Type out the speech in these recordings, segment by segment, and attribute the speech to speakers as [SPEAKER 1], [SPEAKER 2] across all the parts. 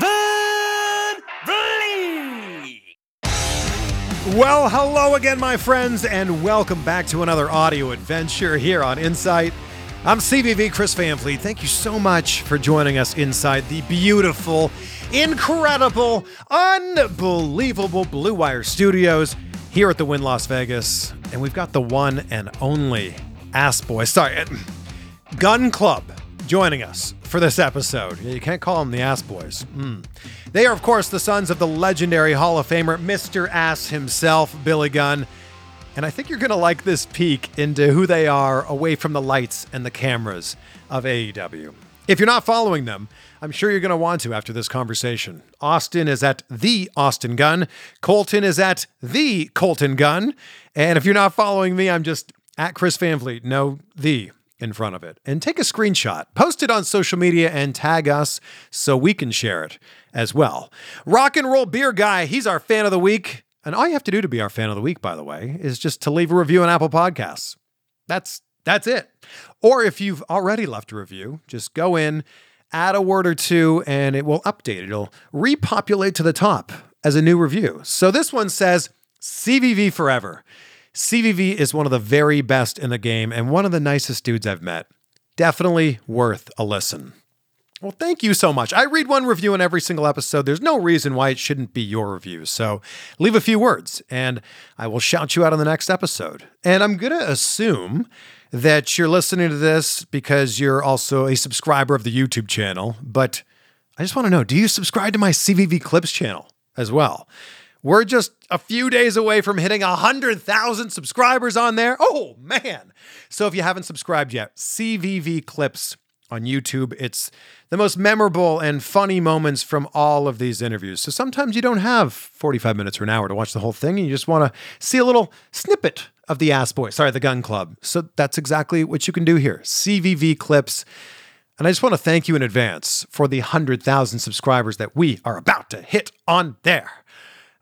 [SPEAKER 1] Van Vliet!
[SPEAKER 2] Well, hello again, my friends, and welcome back to another audio adventure here on Insight. I'm CBV Chris Van Vliet. Thank you so much for joining us inside the beautiful, incredible, unbelievable Blue Wire Studios here at the Win Las Vegas. And we've got the one and only Ass Boy. Sorry, eh, Gun Club joining us for this episode. You can't call them the Ass Boys. Hmm. They are, of course, the sons of the legendary Hall of Famer, Mr. Ass himself, Billy Gunn. And I think you're going to like this peek into who they are away from the lights and the cameras of AEW. If you're not following them, I'm sure you're going to want to after this conversation. Austin is at the Austin Gun. Colton is at the Colton Gun. And if you're not following me, I'm just at Chris Van Vliet. No, the in front of it. And take a screenshot, post it on social media, and tag us so we can share it as well. Rock and Roll Beer Guy, he's our fan of the week. And all you have to do to be our fan of the week, by the way, is just to leave a review on Apple Podcasts. That's that's it. Or if you've already left a review, just go in, add a word or two, and it will update. It'll repopulate to the top as a new review. So this one says CVV forever. CVV is one of the very best in the game and one of the nicest dudes I've met. Definitely worth a listen. Well, thank you so much. I read one review in every single episode. There's no reason why it shouldn't be your review. So leave a few words and I will shout you out on the next episode. And I'm going to assume that you're listening to this because you're also a subscriber of the YouTube channel. But I just want to know do you subscribe to my CVV Clips channel as well? We're just a few days away from hitting 100,000 subscribers on there. Oh, man. So if you haven't subscribed yet, CVV Clips on YouTube. It's the most memorable and funny moments from all of these interviews. So sometimes you don't have 45 minutes or an hour to watch the whole thing, and you just want to see a little snippet of the Ass Boy, sorry, the Gun Club. So that's exactly what you can do here CVV Clips. And I just want to thank you in advance for the 100,000 subscribers that we are about to hit on there.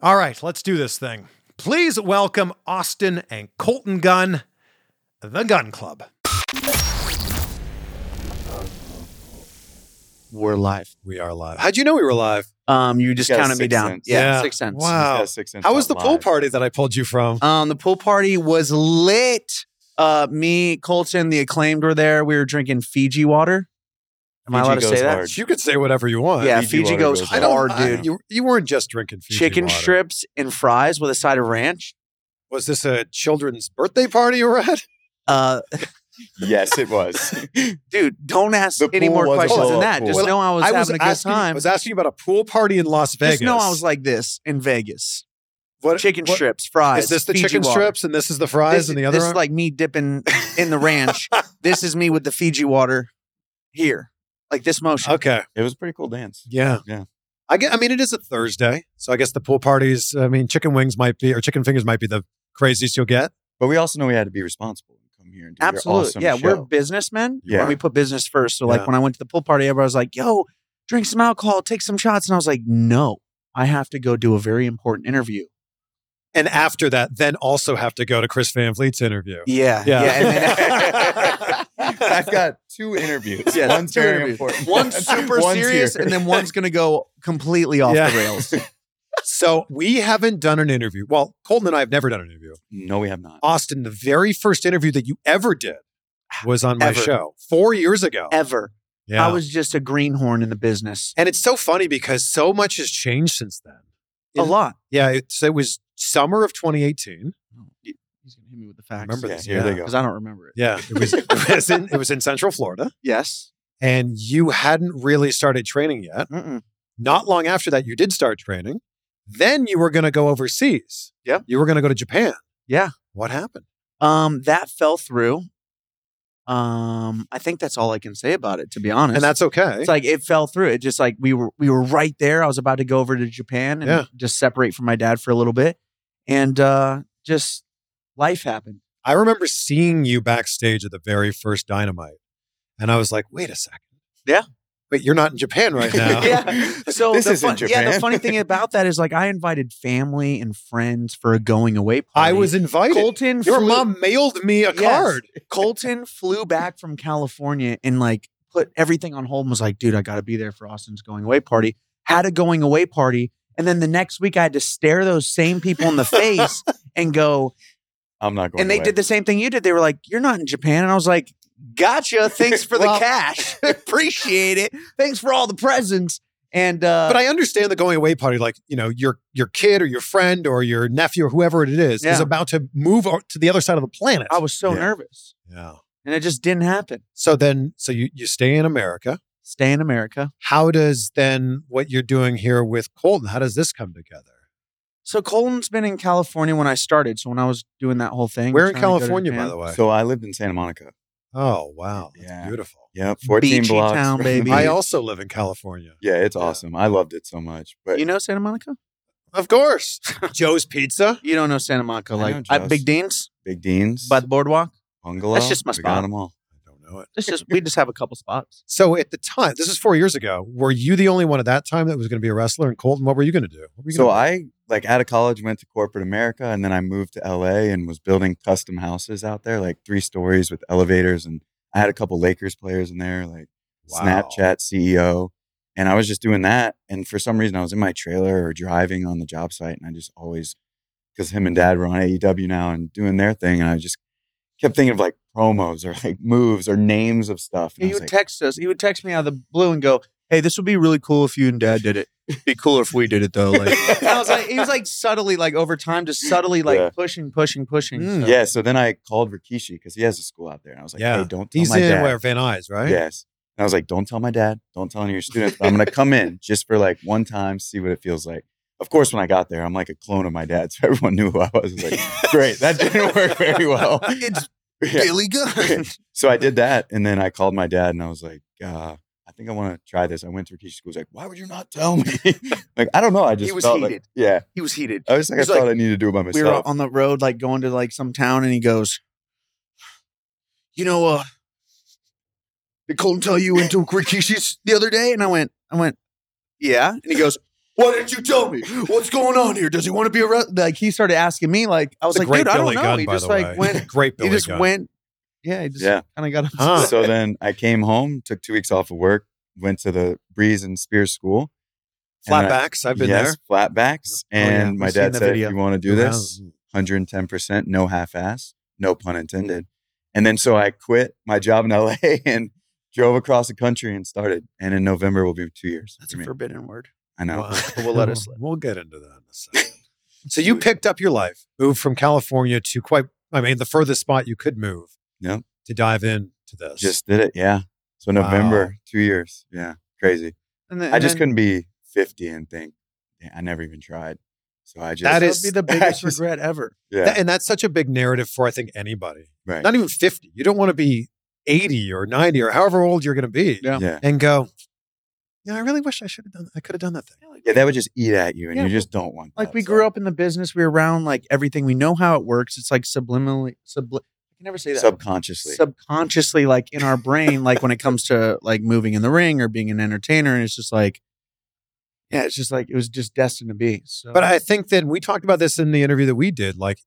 [SPEAKER 2] All right, let's do this thing. Please welcome Austin and Colton Gunn, the Gun Club.
[SPEAKER 3] We're live.
[SPEAKER 2] We are live. How'd you know we were live?
[SPEAKER 3] Um, you just
[SPEAKER 4] Yeah,
[SPEAKER 3] counted me
[SPEAKER 4] Sixth
[SPEAKER 3] down.
[SPEAKER 4] Sense.
[SPEAKER 3] Yeah,
[SPEAKER 2] Yeah.
[SPEAKER 3] six cents.
[SPEAKER 2] Wow.
[SPEAKER 4] Yeah, six inch
[SPEAKER 2] How was the
[SPEAKER 4] on
[SPEAKER 2] pool
[SPEAKER 4] live.
[SPEAKER 2] party that I pulled you from?
[SPEAKER 3] Um, the pool party was lit. Uh, me, Colton, the acclaimed were there. We were drinking Fiji water. Am I
[SPEAKER 4] Fiji
[SPEAKER 3] allowed to
[SPEAKER 4] goes
[SPEAKER 3] say that?
[SPEAKER 4] hard.
[SPEAKER 2] you could say whatever you want.
[SPEAKER 3] yeah,
[SPEAKER 4] Fiji
[SPEAKER 3] Fiji,
[SPEAKER 4] water
[SPEAKER 3] goes
[SPEAKER 4] goes
[SPEAKER 2] I
[SPEAKER 3] hard,
[SPEAKER 4] hard.
[SPEAKER 2] don't, I-
[SPEAKER 3] dude.
[SPEAKER 2] you, you weren't just drinking Fiji
[SPEAKER 3] Chicken
[SPEAKER 2] water.
[SPEAKER 3] strips and fries with a side of ranch.
[SPEAKER 2] Was this a children's birthday party you were at?
[SPEAKER 3] Uh,
[SPEAKER 4] Yes, it was.
[SPEAKER 3] dude, don't ask
[SPEAKER 4] The
[SPEAKER 3] any
[SPEAKER 4] pool
[SPEAKER 3] more
[SPEAKER 4] was
[SPEAKER 3] questions
[SPEAKER 4] all
[SPEAKER 3] than that.
[SPEAKER 4] pool.
[SPEAKER 3] Just
[SPEAKER 4] Well,
[SPEAKER 3] know I was having a good
[SPEAKER 2] asking,
[SPEAKER 3] time.
[SPEAKER 2] I was asking about a pool party in Las Vegas.
[SPEAKER 3] Just know I was like this in Vegas.
[SPEAKER 2] what,
[SPEAKER 3] Chicken
[SPEAKER 2] what-
[SPEAKER 3] strips, fries.
[SPEAKER 2] Is this the
[SPEAKER 3] Fiji
[SPEAKER 2] chicken
[SPEAKER 3] water.
[SPEAKER 2] strips and this is the fries
[SPEAKER 3] this,
[SPEAKER 2] and the other?
[SPEAKER 3] This is like me dipping in the ranch. this is me with the Fiji water here, like this motion.
[SPEAKER 2] okay,
[SPEAKER 4] it was a pretty cool dance.
[SPEAKER 2] yeah,
[SPEAKER 4] Yeah.
[SPEAKER 2] I get. I mean, it is a Thursday, so I guess the pool parties. I mean, chicken wings might be or chicken fingers might be the craziest you'll get.
[SPEAKER 4] But we also know we had to be responsible and come here and do
[SPEAKER 3] Absolutely,
[SPEAKER 4] your awesome
[SPEAKER 3] yeah. We're
[SPEAKER 4] show.
[SPEAKER 3] businessmen,
[SPEAKER 4] Yeah.
[SPEAKER 3] and we put business first. So, like
[SPEAKER 2] Yeah.
[SPEAKER 3] when I went to the pool party, everybody was like, "Yo, drink some alcohol, take some shots," and I was like, "No, I have to go do a very important interview."
[SPEAKER 2] And after that, then also have to go to Chris Van Vliet's interview.
[SPEAKER 3] Yeah,
[SPEAKER 2] Yeah.
[SPEAKER 3] yeah. and
[SPEAKER 4] I've got two interviews.
[SPEAKER 3] Yeah,
[SPEAKER 4] one's
[SPEAKER 3] two
[SPEAKER 4] very
[SPEAKER 3] interviews.
[SPEAKER 4] important.
[SPEAKER 3] then, one's super
[SPEAKER 4] One's
[SPEAKER 3] serious,
[SPEAKER 4] here.
[SPEAKER 3] and then one's gonna go completely off
[SPEAKER 2] Yeah.
[SPEAKER 3] the rails.
[SPEAKER 2] So we haven't done an interview. Well, Colton and I have never done an interview.
[SPEAKER 4] No, we have not.
[SPEAKER 2] Austin, the very first interview that you ever did was on my
[SPEAKER 3] Ever.
[SPEAKER 2] show four years ago.
[SPEAKER 3] ever.
[SPEAKER 2] Yeah.
[SPEAKER 3] I was just a greenhorn in the business.
[SPEAKER 2] and it's so funny because so much has changed since then.
[SPEAKER 3] A lot.
[SPEAKER 2] Yeah, it's, it was summer of 2018.
[SPEAKER 3] He's gonna hit me with the facts.
[SPEAKER 2] Remember
[SPEAKER 4] Yeah,
[SPEAKER 2] this?
[SPEAKER 4] here
[SPEAKER 2] yeah.
[SPEAKER 4] they go.
[SPEAKER 3] Because I don't remember it.
[SPEAKER 2] Yeah, it was it was in it was in Central Florida,
[SPEAKER 3] Yes.
[SPEAKER 2] and you hadn't really started training yet.
[SPEAKER 3] Mm-mm.
[SPEAKER 2] Not long after that, you did start training. Then you were going to go overseas.
[SPEAKER 3] Yeah.
[SPEAKER 2] you were going to go to Japan.
[SPEAKER 3] Yeah.
[SPEAKER 2] what happened?
[SPEAKER 3] Um, that fell through. Um, I think that's all I can say about it. To be honest,
[SPEAKER 2] And that's okay.
[SPEAKER 3] it's like it fell through. It just like we were we were right there. I was about to go over to Japan and
[SPEAKER 2] Yeah.
[SPEAKER 3] just separate from my dad for a little bit, and uh, just life happened.
[SPEAKER 2] I remember seeing you backstage at the very first Dynamite, and I was like, "Wait a second.
[SPEAKER 3] Yeah.
[SPEAKER 2] but you're not in Japan right now."
[SPEAKER 3] Yeah. So
[SPEAKER 4] this
[SPEAKER 3] the
[SPEAKER 4] isn't
[SPEAKER 3] fun-
[SPEAKER 4] Japan.
[SPEAKER 3] Yeah, the funny thing about that is like I invited family and friends for a going away party.
[SPEAKER 2] I was invited.
[SPEAKER 3] Colton.
[SPEAKER 2] Your
[SPEAKER 3] flew-
[SPEAKER 2] mom mailed me a
[SPEAKER 3] Yes.
[SPEAKER 2] card.
[SPEAKER 3] Colton flew back from California and like put everything on hold and was like, dude, I got to be there for Austin's going away party. Had a going away party. And then the next week I had to stare those same people in the face and go,
[SPEAKER 4] I'm not going.
[SPEAKER 3] and they
[SPEAKER 4] away.
[SPEAKER 3] did the same thing you did. They were like, you're not in Japan. And I was like, gotcha. Thanks for
[SPEAKER 2] Well-
[SPEAKER 3] the cash. Appreciate it. Thanks for all the presents. And, uh,
[SPEAKER 2] but I understand the going away party. Like you know, your your kid or your friend or your nephew or whoever it is is
[SPEAKER 3] Yeah. Oh.
[SPEAKER 2] about to move o- to the other side of the planet.
[SPEAKER 3] I was so
[SPEAKER 4] Yeah.
[SPEAKER 3] nervous
[SPEAKER 2] yeah.
[SPEAKER 3] and it just didn't happen.
[SPEAKER 2] So then, so you you stay in America.
[SPEAKER 3] Stay in America.
[SPEAKER 2] How does then what you're doing here with Colton? How does this come together?
[SPEAKER 3] So Colton's been in California when I started. So when I was doing that whole thing,
[SPEAKER 2] We're in
[SPEAKER 3] trying to go to
[SPEAKER 2] California, by
[SPEAKER 3] Japan-
[SPEAKER 2] the way.
[SPEAKER 4] So I lived in Santa Monica.
[SPEAKER 2] oh wow, that's
[SPEAKER 4] Yeah.
[SPEAKER 2] beautiful.
[SPEAKER 4] Yep, 14
[SPEAKER 3] Beachy
[SPEAKER 4] blocks.
[SPEAKER 3] town,
[SPEAKER 4] from-
[SPEAKER 3] baby.
[SPEAKER 2] I also live in California.
[SPEAKER 4] yeah, it's
[SPEAKER 2] Yeah.
[SPEAKER 4] awesome. I loved it so much. But
[SPEAKER 3] You know Santa Monica?
[SPEAKER 2] Of course, Joe's Pizza.
[SPEAKER 3] You don't know Santa Monica,
[SPEAKER 4] I
[SPEAKER 3] like
[SPEAKER 4] know
[SPEAKER 3] at Big
[SPEAKER 4] Joe's.
[SPEAKER 3] Dean's
[SPEAKER 4] Big Dean's,
[SPEAKER 3] by the boardwalk.
[SPEAKER 4] bungalow.
[SPEAKER 3] that's just my
[SPEAKER 4] we
[SPEAKER 3] spot.
[SPEAKER 4] Got them all.
[SPEAKER 2] I don't know it.
[SPEAKER 3] It's just we just have a couple spots.
[SPEAKER 2] So at the time, this is four years ago. Were you the only one at that time that was going to be a wrestler? And Colton, what were you going to do? What were you
[SPEAKER 4] So
[SPEAKER 2] gonna
[SPEAKER 4] I like out of college went to corporate America, and then I moved to LA and was building custom houses out there, like three stories with elevators, and I had a couple Lakers players in there, like
[SPEAKER 2] do? Wow.
[SPEAKER 4] Snapchat CEO. And I was just doing that. And for some reason, I was in my trailer or driving on the job site. And I just always, because him and dad were on AEW now and doing their thing. And I just kept thinking of like promos or like moves or names of stuff. And
[SPEAKER 3] He
[SPEAKER 4] I was
[SPEAKER 3] would
[SPEAKER 4] like,
[SPEAKER 3] text us. He would text me out of the blue and go, "Hey, this would be really cool if you and Dad did it. It'd be cooler if we did it though." Like, and I was like, he was like subtly, like over time, just subtly like
[SPEAKER 4] Yeah.
[SPEAKER 3] pushing, pushing, pushing.
[SPEAKER 2] Mm.
[SPEAKER 3] so-
[SPEAKER 4] yeah. So then I called Rikishi because he has a school out there. And I was like,
[SPEAKER 2] Yeah.
[SPEAKER 4] hey, don't tell
[SPEAKER 2] He's
[SPEAKER 4] my
[SPEAKER 2] in
[SPEAKER 4] dad.
[SPEAKER 2] where Van Nuys, right?
[SPEAKER 4] Yes. And I was like, don't tell my dad. Don't tell any of your students. But I'm going to come in just for like one time, see what it feels like. Of course, when I got there, I'm like a clone of my dad. So everyone knew who I was. I was like, great. That didn't work very well.
[SPEAKER 3] It's
[SPEAKER 4] Yeah.
[SPEAKER 3] really good.
[SPEAKER 4] So I did that. And then I called my dad and I was like, uh, I think I want to try this. I went to Rikishi school. He's like, why would you not tell me? like, I don't know. I just
[SPEAKER 3] was
[SPEAKER 4] felt like-
[SPEAKER 3] heated.
[SPEAKER 4] yeah.
[SPEAKER 3] he was heated.
[SPEAKER 4] I was like,
[SPEAKER 3] He's
[SPEAKER 4] I thought
[SPEAKER 3] like-
[SPEAKER 4] I needed to do it by
[SPEAKER 3] we were
[SPEAKER 4] myself.
[SPEAKER 3] on the road, like going to like some town, and he goes, "You know, uh, did Colton tell you into Rikishi's the other day?" And I went, "I went, yeah." And he goes, "Why didn't you tell me? What's going on here? Does he want to be a wrest-" like?" He started asking me, like I was
[SPEAKER 2] It's a
[SPEAKER 3] like, "Dude, I don't know."
[SPEAKER 2] Gunn,
[SPEAKER 3] he
[SPEAKER 2] by
[SPEAKER 3] just
[SPEAKER 2] the
[SPEAKER 3] like
[SPEAKER 2] way.
[SPEAKER 3] went.
[SPEAKER 2] Great
[SPEAKER 3] he
[SPEAKER 2] Billy
[SPEAKER 3] just
[SPEAKER 2] Gunn.
[SPEAKER 3] went. Yeah, he just
[SPEAKER 4] Yeah.
[SPEAKER 3] kind of got upset.
[SPEAKER 2] Huh.
[SPEAKER 4] so then I came home, took two weeks off of work, went to the Breeze and Spears school. and then I-
[SPEAKER 2] Flatbacks. I've been there.
[SPEAKER 4] flatbacks.
[SPEAKER 2] Oh, yeah.
[SPEAKER 4] And my
[SPEAKER 3] We've seen
[SPEAKER 4] dad
[SPEAKER 3] the
[SPEAKER 4] said,
[SPEAKER 3] video.
[SPEAKER 4] if you want to do this,
[SPEAKER 3] Mm,
[SPEAKER 4] 110%, no half ass, no pun intended. And then so I quit my job in LA and drove across the country and started. And in November will be two years.
[SPEAKER 3] That's a
[SPEAKER 4] for me.
[SPEAKER 3] forbidden word.
[SPEAKER 4] I know.
[SPEAKER 2] Wow.
[SPEAKER 3] We'll let it slip.
[SPEAKER 2] We'll get into that in a second. so you picked up your life, moved from California to quite, I mean, the furthest spot you could move.
[SPEAKER 4] Yeah.
[SPEAKER 2] To dive into this.
[SPEAKER 4] Just did it. Yeah. So November, two years. Yeah. Crazy.
[SPEAKER 3] And then,
[SPEAKER 4] I just
[SPEAKER 3] and
[SPEAKER 4] couldn't be 50 and think, "Yeah, I never even tried. So I just.
[SPEAKER 2] That
[SPEAKER 3] then-
[SPEAKER 2] is-
[SPEAKER 3] That would be the
[SPEAKER 4] I
[SPEAKER 3] biggest
[SPEAKER 4] just-
[SPEAKER 3] regret ever.
[SPEAKER 4] Yeah.
[SPEAKER 2] That- and that's such a big narrative for, I think, anybody.
[SPEAKER 4] right.
[SPEAKER 2] Not even 50. You don't want to be 80 or 90 or however old you're going to be
[SPEAKER 3] Yeah.
[SPEAKER 4] yeah.
[SPEAKER 2] and go, yeah, I really wish I should have done, I could have done that thing.
[SPEAKER 4] Yeah. That would just eat at you and
[SPEAKER 3] Yeah,
[SPEAKER 4] you just don't want
[SPEAKER 3] like we grew up in the business we were around like everything we know how it works it's like subliminally subli- i can never say that
[SPEAKER 4] subconsciously.
[SPEAKER 3] subconsciously like in our brain like when it comes to like moving in the ring or being an entertainer and it's just like yeah it's just like it was just destined to be so
[SPEAKER 2] But I think that we talked about this in the interview that we did. Like,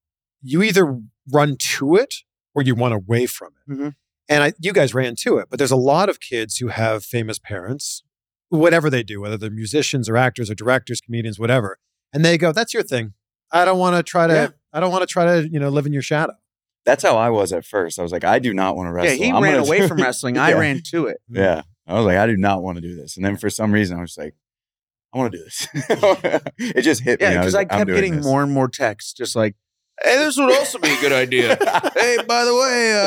[SPEAKER 2] you either run to it or you run away from it.
[SPEAKER 4] Mm-hmm.
[SPEAKER 3] Mhm.
[SPEAKER 2] And I, you guys ran to it. But there's a lot of kids who have famous parents, whatever they do, whether they're musicians or actors or directors, comedians, whatever. and they go, "That's your thing. I don't want to try to.
[SPEAKER 3] Yeah.
[SPEAKER 2] I don't want to try to you know live in your shadow."
[SPEAKER 4] That's how I was at first. I was like, I do not want to
[SPEAKER 3] Yeah,
[SPEAKER 4] wrestle.
[SPEAKER 3] he
[SPEAKER 4] I'm
[SPEAKER 3] ran
[SPEAKER 4] gonna
[SPEAKER 3] away
[SPEAKER 4] do-
[SPEAKER 3] from wrestling. I
[SPEAKER 4] Yeah.
[SPEAKER 3] ran to it.
[SPEAKER 4] Yeah. I was like, I do not want to do this. And then for some reason, I was like, I want to do this. it just hit me.
[SPEAKER 3] Yeah, because
[SPEAKER 4] was
[SPEAKER 3] I,
[SPEAKER 4] like, I'm
[SPEAKER 3] kept
[SPEAKER 4] doing
[SPEAKER 3] getting
[SPEAKER 4] this.
[SPEAKER 3] more and more texts, just like, "Hey, this would also be a good idea." hey, by the way,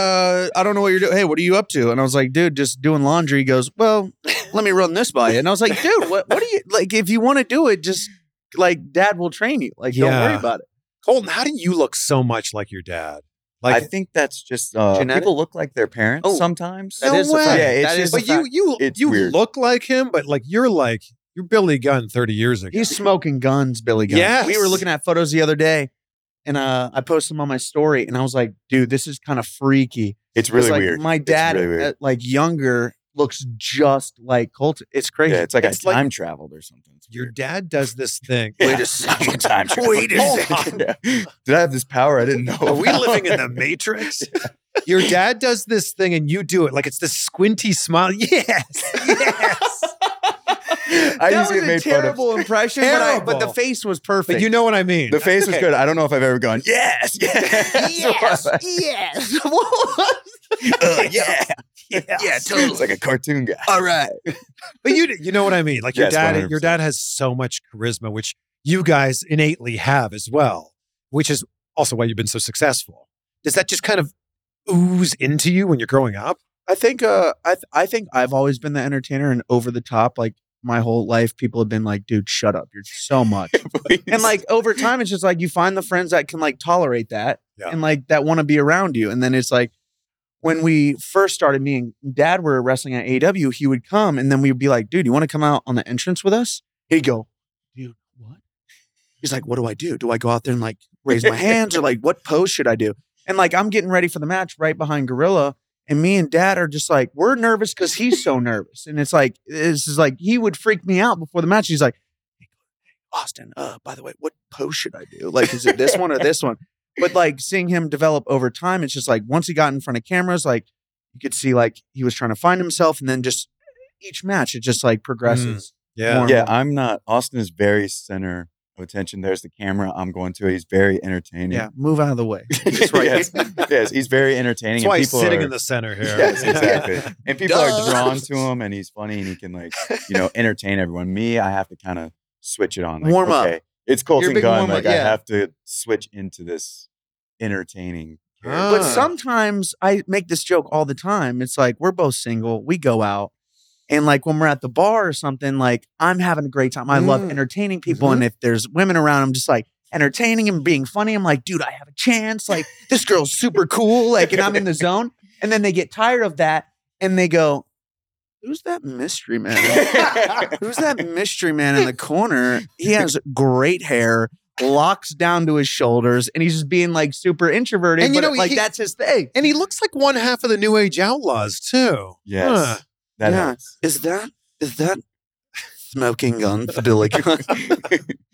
[SPEAKER 3] uh, I don't know what you're doing. Hey, what are you up to? And I was like, "Dude, just doing laundry." He goes, "Well, let me run this by you." And I was like, "Dude, what? What are you like? If you want to do it, just like Dad will train you. Like, don't worry
[SPEAKER 2] Yeah.
[SPEAKER 3] about it."
[SPEAKER 2] Colton, how do you look so much like your dad?
[SPEAKER 4] I
[SPEAKER 2] Like,
[SPEAKER 4] think that's just uh,
[SPEAKER 3] Genetic?
[SPEAKER 4] people look like their parents
[SPEAKER 3] Oh,
[SPEAKER 4] sometimes.
[SPEAKER 3] That
[SPEAKER 2] No
[SPEAKER 3] is a
[SPEAKER 2] way.
[SPEAKER 3] fact.
[SPEAKER 4] Yeah, it's
[SPEAKER 3] That is
[SPEAKER 4] just-
[SPEAKER 3] a
[SPEAKER 2] but you
[SPEAKER 3] fact.
[SPEAKER 2] you
[SPEAKER 4] It's
[SPEAKER 2] you
[SPEAKER 4] weird.
[SPEAKER 2] look like him, but like you're like you're Billy Gunn thirty years ago.
[SPEAKER 3] He's smoking guns, Billy Gunn.
[SPEAKER 2] Yes.
[SPEAKER 3] We were looking at photos the other day and uh, I posted them on my story and I was like, dude, this is kind of freaky.
[SPEAKER 4] It's
[SPEAKER 3] 'Cause,
[SPEAKER 4] really
[SPEAKER 3] like,
[SPEAKER 4] weird.
[SPEAKER 3] My
[SPEAKER 4] It's
[SPEAKER 3] dad,
[SPEAKER 4] really weird.
[SPEAKER 3] uh, like younger, looks just like Colton. It's crazy.
[SPEAKER 4] yeah, it's like
[SPEAKER 3] It's
[SPEAKER 4] I
[SPEAKER 3] like-
[SPEAKER 4] time traveled or something. It's
[SPEAKER 2] your
[SPEAKER 4] weird.
[SPEAKER 2] dad does this thing.
[SPEAKER 4] Yeah,
[SPEAKER 3] Wait a
[SPEAKER 4] I'm a time traveler.
[SPEAKER 3] Wait a
[SPEAKER 4] Hold on. Yeah. Did I have this power? I didn't know.
[SPEAKER 2] Are we
[SPEAKER 4] about.
[SPEAKER 2] living in the Matrix? Your dad does this thing and you do it. Like it's this squinty smile. Yes. Yes.
[SPEAKER 4] I
[SPEAKER 3] that
[SPEAKER 4] used to
[SPEAKER 3] was
[SPEAKER 4] get
[SPEAKER 3] a
[SPEAKER 4] made fun of.
[SPEAKER 3] terrible impression, but, I, but the
[SPEAKER 2] Terrible.
[SPEAKER 3] face was perfect.
[SPEAKER 2] But you know what I mean.
[SPEAKER 4] The face was good. I don't know if I've ever gone. Yes, yes,
[SPEAKER 3] yes, yes. What?
[SPEAKER 4] Uh, yeah,
[SPEAKER 3] yeah,
[SPEAKER 4] It's like a cartoon guy.
[SPEAKER 3] All right.
[SPEAKER 2] But you you know what I mean. Like your
[SPEAKER 4] Yes,
[SPEAKER 2] dad
[SPEAKER 4] 100%.
[SPEAKER 2] your dad has so much charisma, which you guys innately have as well, which is also why you've been so successful. Does that just kind of ooze into you when you're growing up?
[SPEAKER 3] I think uh I th- I think I've always been the entertainer and over the top like my whole life people have been like dude shut up you're so much and like over time it's just like you find the friends that can like tolerate that
[SPEAKER 2] Yeah.
[SPEAKER 3] and like that want to be around you and then it's like when we first started me and dad were wrestling at AW he would come and then we'd be like dude you want to come out on the entrance with us he'd go dude what he's like what do I do do I go out there and like raise my hands or like what pose should I do and like I'm getting ready for the match right behind Gorilla and me and dad are just like we're nervous because he's so nervous and it's like this is like he would freak me out before the match he's like Austin, uh, by the way, what pose should I do? Like, is it this one or this one? But like seeing him develop over time, it's just like once he got in front of cameras, like you could see like he was trying to find himself, and then just each match it just like progresses.
[SPEAKER 2] Yeah.
[SPEAKER 3] More.
[SPEAKER 4] yeah, I'm not. Austin is very center of attention. There's the camera I'm going to. He's very entertaining.
[SPEAKER 3] Yeah, move out of the way. It's right.
[SPEAKER 4] yes. yes, he's very entertaining.
[SPEAKER 2] That's why
[SPEAKER 4] and
[SPEAKER 2] he's
[SPEAKER 4] people
[SPEAKER 2] sitting
[SPEAKER 4] are-
[SPEAKER 2] in the center here.
[SPEAKER 4] Yes, exactly. and people
[SPEAKER 3] Duh.
[SPEAKER 4] are drawn to him, and he's funny, and he can like you know entertain everyone. Me, I have to kind of switch it on. Like,
[SPEAKER 3] Warm up.
[SPEAKER 4] okay,
[SPEAKER 3] You're
[SPEAKER 4] It's
[SPEAKER 3] a
[SPEAKER 4] Colton
[SPEAKER 3] big
[SPEAKER 4] Gunn.
[SPEAKER 3] warm up,
[SPEAKER 4] Like I
[SPEAKER 3] yeah.
[SPEAKER 4] have to switch into this entertaining. character.
[SPEAKER 3] But
[SPEAKER 2] Ah.
[SPEAKER 3] sometimes I make this joke all the time. It's like we're both single, we go out, and like when we're at the bar or something, like I'm having a great time. I love
[SPEAKER 2] Mm.
[SPEAKER 3] entertaining people, and if there's women around, I'm just like entertaining and being funny. I'm like, dude, I have a chance. Like this girl's super cool. Like, and I'm in the zone. And then they get tired of that, and they go, "Who's that mystery man?" Who's that mystery man in the corner? He has great hair, locks down to his shoulders, and he's just being like super introverted.
[SPEAKER 2] And you
[SPEAKER 3] but
[SPEAKER 2] know,
[SPEAKER 3] like
[SPEAKER 2] he-
[SPEAKER 3] that's his thing.
[SPEAKER 2] And he looks like one half of the New Age Outlaws too.
[SPEAKER 4] Yes,
[SPEAKER 2] Huh.
[SPEAKER 4] that
[SPEAKER 3] Yeah.
[SPEAKER 4] helps.
[SPEAKER 3] Is that is that smoking gun Billy Gunn?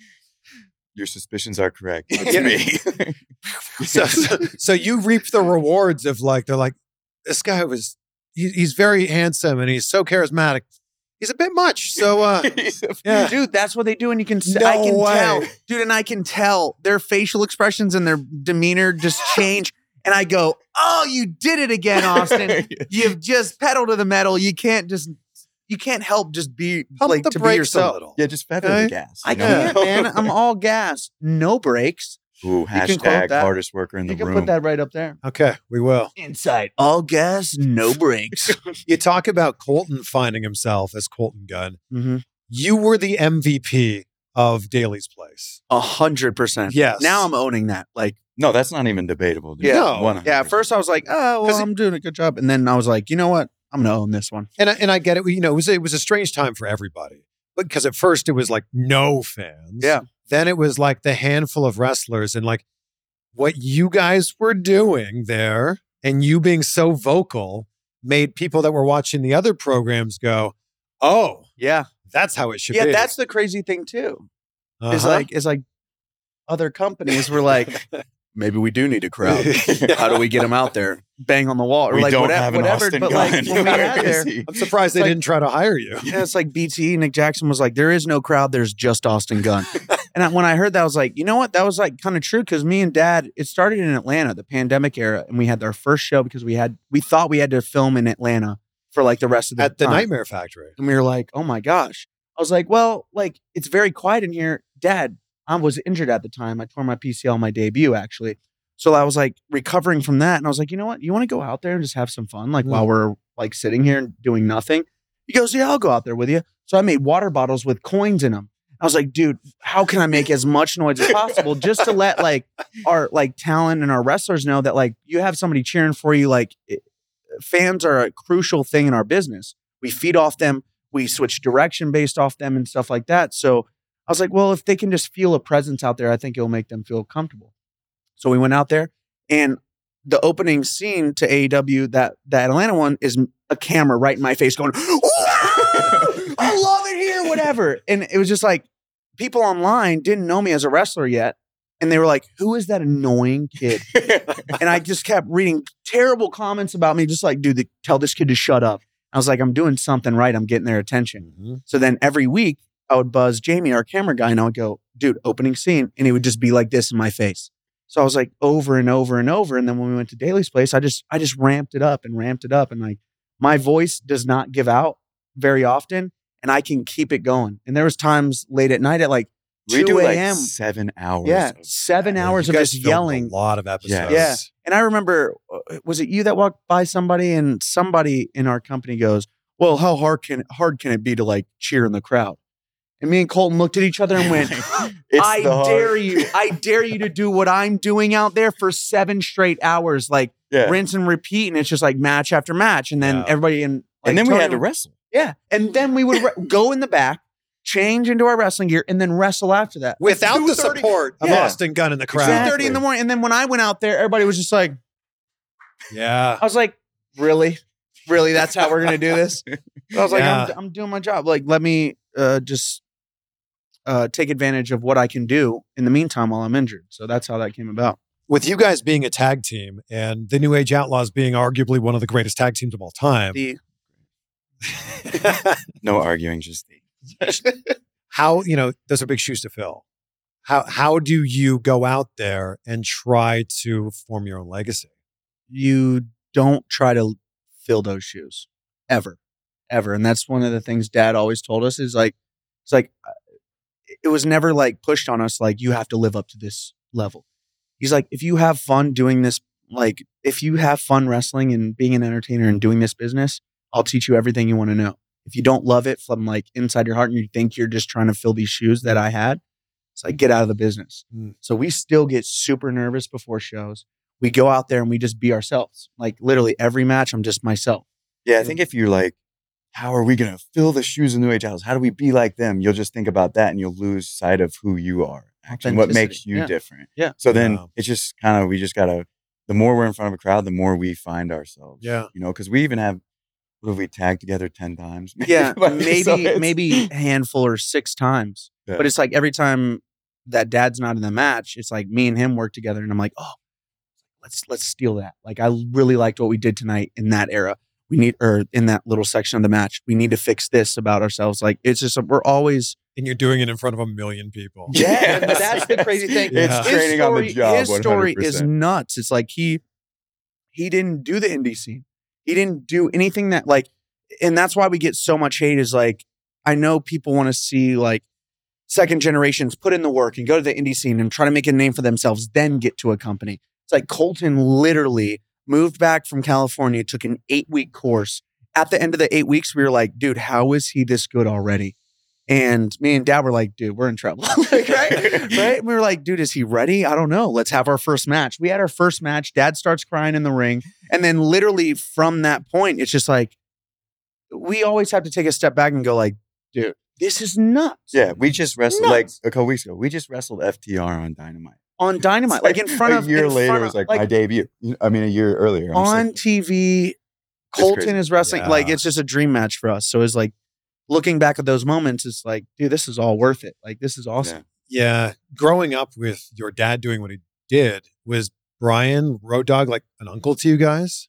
[SPEAKER 4] Your suspicions are correct.
[SPEAKER 2] Yeah.
[SPEAKER 4] It's me.
[SPEAKER 2] so, so, so you reap the rewards of like they're like this guy was he, he's very handsome and he's so charismatic he's a bit much so uh yeah
[SPEAKER 3] Dude, that's what they do, and you can s- I
[SPEAKER 2] No
[SPEAKER 3] can
[SPEAKER 2] way.
[SPEAKER 3] tell, dude, and I can tell their facial expressions and their demeanor just change. And I go, "Oh, you did it again, Austin! You've just pedal to the metal. You can't just, you can't help just be
[SPEAKER 2] pump
[SPEAKER 3] like
[SPEAKER 2] the
[SPEAKER 3] to be
[SPEAKER 2] brakes a
[SPEAKER 3] yourself.
[SPEAKER 2] little
[SPEAKER 4] Yeah, just feather
[SPEAKER 2] Okay.
[SPEAKER 4] the gas.
[SPEAKER 3] I
[SPEAKER 4] you know?
[SPEAKER 3] can't, man. I'm all gas, no brakes.
[SPEAKER 4] Ooh,
[SPEAKER 3] can quote
[SPEAKER 4] hashtag
[SPEAKER 3] that.
[SPEAKER 4] hardest worker in
[SPEAKER 3] You
[SPEAKER 4] the
[SPEAKER 3] can
[SPEAKER 4] room.
[SPEAKER 3] put that right up there.
[SPEAKER 2] okay we will
[SPEAKER 3] Inside, all gas, no brakes.
[SPEAKER 2] you talk about colton finding himself as colton gunn you were the mvp of daly's place
[SPEAKER 3] A hundred percent.
[SPEAKER 2] yes
[SPEAKER 3] Now I'm owning that. Like,
[SPEAKER 4] No, that's not even debatable. Dude.
[SPEAKER 3] Yeah.
[SPEAKER 2] No.
[SPEAKER 4] 100%.
[SPEAKER 3] yeah. At first, I was like, oh,
[SPEAKER 2] 'Cause
[SPEAKER 3] well,
[SPEAKER 2] it-
[SPEAKER 3] I'm doing a good job, and then I was like, you know what? I'm gonna own this one.
[SPEAKER 2] and I, and I get it you know it was it was a strange time for everybody because at first it was like no fans
[SPEAKER 3] Yeah.
[SPEAKER 2] then it was like the handful of wrestlers and like what you guys were doing there and you being so vocal made people that were watching the other programs go, "Oh,
[SPEAKER 3] Yeah.
[SPEAKER 2] that's how it should
[SPEAKER 3] Yeah.
[SPEAKER 2] be."
[SPEAKER 3] That's the crazy thing too. Is
[SPEAKER 2] Uh-huh.
[SPEAKER 3] like, is like, other companies were like, maybe we do need a crowd. How do we get them out there? Bang on the wall, or
[SPEAKER 4] we
[SPEAKER 3] like
[SPEAKER 4] don't
[SPEAKER 3] whatever.
[SPEAKER 4] have an
[SPEAKER 3] whatever
[SPEAKER 4] Austin
[SPEAKER 3] but
[SPEAKER 4] Gunn.
[SPEAKER 3] like, when we got
[SPEAKER 4] Where
[SPEAKER 3] there,
[SPEAKER 4] is he?
[SPEAKER 2] I'm surprised they
[SPEAKER 3] like-
[SPEAKER 2] didn't try to hire you.
[SPEAKER 3] E, Yeah, it's like BT. Nick Jackson was like, "There is no crowd. There's just Austin Gunn." And I, when I heard that, I was like, you know what? That was like kind of true because me and dad, it started in Atlanta, the pandemic era, and we had our first show because we had we thought we had to film in Atlanta for like the rest of the
[SPEAKER 2] at the
[SPEAKER 3] time.
[SPEAKER 2] Nightmare Factory.
[SPEAKER 3] and we were like, oh my gosh. I was like, well, like it's very quiet in here. Dad, I was injured at the time. I tore my PCL on my debut actually. So I was like recovering from that. And I was like, you know what? You want to go out there and just have some fun, like
[SPEAKER 2] Mm.
[SPEAKER 3] while we're like sitting here and doing nothing? He goes, yeah, I'll go out there with you. So I made water bottles with coins in them. I was like, dude, how can I make as much noise as possible just to let like our like talent and our wrestlers know that like you have somebody cheering for you. Like it- fans are a crucial thing in our business. We feed off them. We switch direction based off them and stuff like that. So I was like, well, if they can just feel a presence out there, I think it'll make them feel comfortable. So we went out there, and the opening scene to AEW that that Atlanta one is a camera right in my face going, "Ooh, I love it here, whatever. And it was just like people online didn't know me as a wrestler yet, and they were like, who is that annoying kid? and I just kept reading terrible comments about me, just like, dude, the, tell this kid to shut up. I was like, I'm doing something right. I'm getting their attention.
[SPEAKER 2] Mm-hmm.
[SPEAKER 3] So then every week I would buzz Jamie, our camera guy, and I would go, dude, opening scene. And he would just be like this in my face. So I was like over and over and over. And then when we went to Daly's place, I just I just ramped it up and ramped it up. And like my voice does not give out very often. And I can keep it going. And there was times late at night at like
[SPEAKER 4] we
[SPEAKER 3] 2
[SPEAKER 4] do like
[SPEAKER 3] a.m.
[SPEAKER 4] seven hours.
[SPEAKER 3] yeah,
[SPEAKER 4] of-
[SPEAKER 3] seven
[SPEAKER 2] Yeah,
[SPEAKER 3] hours
[SPEAKER 2] you
[SPEAKER 3] of
[SPEAKER 2] guys
[SPEAKER 3] just
[SPEAKER 2] filmed
[SPEAKER 3] yelling.
[SPEAKER 2] A lot of episodes.
[SPEAKER 3] Yeah. And I remember, uh, was it you that walked by somebody and somebody in our company goes, "Well, how hard can hard can it be to like cheer in the crowd?" And me and Colton looked at each other and went,
[SPEAKER 4] It's
[SPEAKER 3] "I
[SPEAKER 4] the hard-
[SPEAKER 3] dare you! I dare you to do what I'm doing out there for seven straight hours, like
[SPEAKER 4] Yeah.
[SPEAKER 3] rinse and repeat." And it's just like match after match, and then
[SPEAKER 2] Yeah.
[SPEAKER 3] everybody in like,
[SPEAKER 4] and then we
[SPEAKER 3] Tony-
[SPEAKER 4] had to wrestle.
[SPEAKER 3] yeah, and then we would re- go in the back, change into our wrestling gear, and then wrestle after that Like,
[SPEAKER 2] Without the
[SPEAKER 3] 2:30
[SPEAKER 2] support of
[SPEAKER 3] Yeah.
[SPEAKER 2] Austin Gunn in the crowd.
[SPEAKER 3] 2:30 in the morning, and then when I went out there, everybody was just like.
[SPEAKER 2] Yeah.
[SPEAKER 3] I was like, really? Really? That's how we're going to do this? I was like,
[SPEAKER 2] Yeah.
[SPEAKER 3] I'm, I'm doing my job. Like, let me uh, just uh, take advantage of what I can do in the meantime while I'm injured. So that's how that came about.
[SPEAKER 2] With you guys being a tag team and the New Age Outlaws being arguably one of the greatest tag teams of all time,
[SPEAKER 3] The,
[SPEAKER 4] No arguing, just
[SPEAKER 2] how, you know, those are big shoes to fill. How, how do you go out there and try to form your own legacy?
[SPEAKER 3] you don't try to fill those shoes ever, ever. And that's one of the things dad always told us is like, it's like, uh, it was never like pushed on us, like, you have to live up to this level. He's like, if you have fun doing this, like, if you have fun wrestling and being an entertainer and doing this business, I'll teach you everything you want to know. If you don't love it from like inside your heart and you think you're just trying to fill these shoes that I had, it's like, get out of the business.
[SPEAKER 2] Mm.
[SPEAKER 3] So we still get super nervous before shows we go out there and we just be ourselves. Like literally every match, I'm just myself.
[SPEAKER 4] Yeah, I think if you're like, how are we going to fill the shoes in New Age House? How do we be like them? You'll just think about that and you'll lose sight of who you are, actually, what
[SPEAKER 3] Authenticity,
[SPEAKER 4] makes you
[SPEAKER 3] yeah.
[SPEAKER 4] different.
[SPEAKER 3] Yeah.
[SPEAKER 4] So then
[SPEAKER 2] Yeah.
[SPEAKER 4] it's just kind of, we just got to, the more we're in front of a crowd, the more we find ourselves.
[SPEAKER 2] Yeah.
[SPEAKER 4] You know, because we even have, what have we tagged together 10 times? Like,
[SPEAKER 3] maybe
[SPEAKER 4] so it's-
[SPEAKER 3] maybe a handful or six times.
[SPEAKER 4] Yeah.
[SPEAKER 3] But it's like every time that dad's not in the match, it's like me and him work together, and I'm like, oh, let's let's steal that. Like I really liked what we did tonight in that era. We need or in that little section of the match, we need to fix this about ourselves. Like it's just we're always
[SPEAKER 2] And you're doing it in front of a million people.
[SPEAKER 4] Yes,
[SPEAKER 3] but that's the crazy thing.
[SPEAKER 4] It's
[SPEAKER 2] Yeah.
[SPEAKER 3] his
[SPEAKER 4] training on the
[SPEAKER 3] story-
[SPEAKER 4] job.
[SPEAKER 3] His story is
[SPEAKER 4] 100%.
[SPEAKER 3] nuts. It's like he he didn't do the indie scene. He didn't do anything that like, and that's why we get so much hate. Is like, I know people want to see like second generations put in the work and go to the indie scene and try to make a name for themselves, then get to a company. It's like Colton literally moved back from California, took an eight week course. At the end of the eight weeks, we were like, dude, how is he this good already? And me and dad were like, dude, we're in trouble. like, right? right? And we were like, dude, is he ready? I don't know. Let's have our first match. We had our first match. Dad starts crying in the ring. And then literally from that point, it's just like, we always have to take a step back and go like, dude, this is nuts.
[SPEAKER 4] Yeah, we just wrestled like
[SPEAKER 3] Nuts.
[SPEAKER 4] a couple weeks ago. We just wrestled FTR on Dynamite.
[SPEAKER 3] on Dynamite, like, in front
[SPEAKER 4] a
[SPEAKER 3] of
[SPEAKER 4] year
[SPEAKER 3] in
[SPEAKER 4] later,
[SPEAKER 3] front
[SPEAKER 4] it
[SPEAKER 3] of-
[SPEAKER 4] was like, my debut. I mean, a year earlier. I'm just like,
[SPEAKER 3] on TV. Colton
[SPEAKER 4] crazy.
[SPEAKER 3] is wrestling like
[SPEAKER 2] Yeah.
[SPEAKER 3] it's just a dream match for us. So it's like looking back at those moments, it's like, dude, this is all worth it. Like this is awesome.
[SPEAKER 2] Yeah. Growing up with your dad doing what he did, was Brian Road Dog like an uncle to you guys?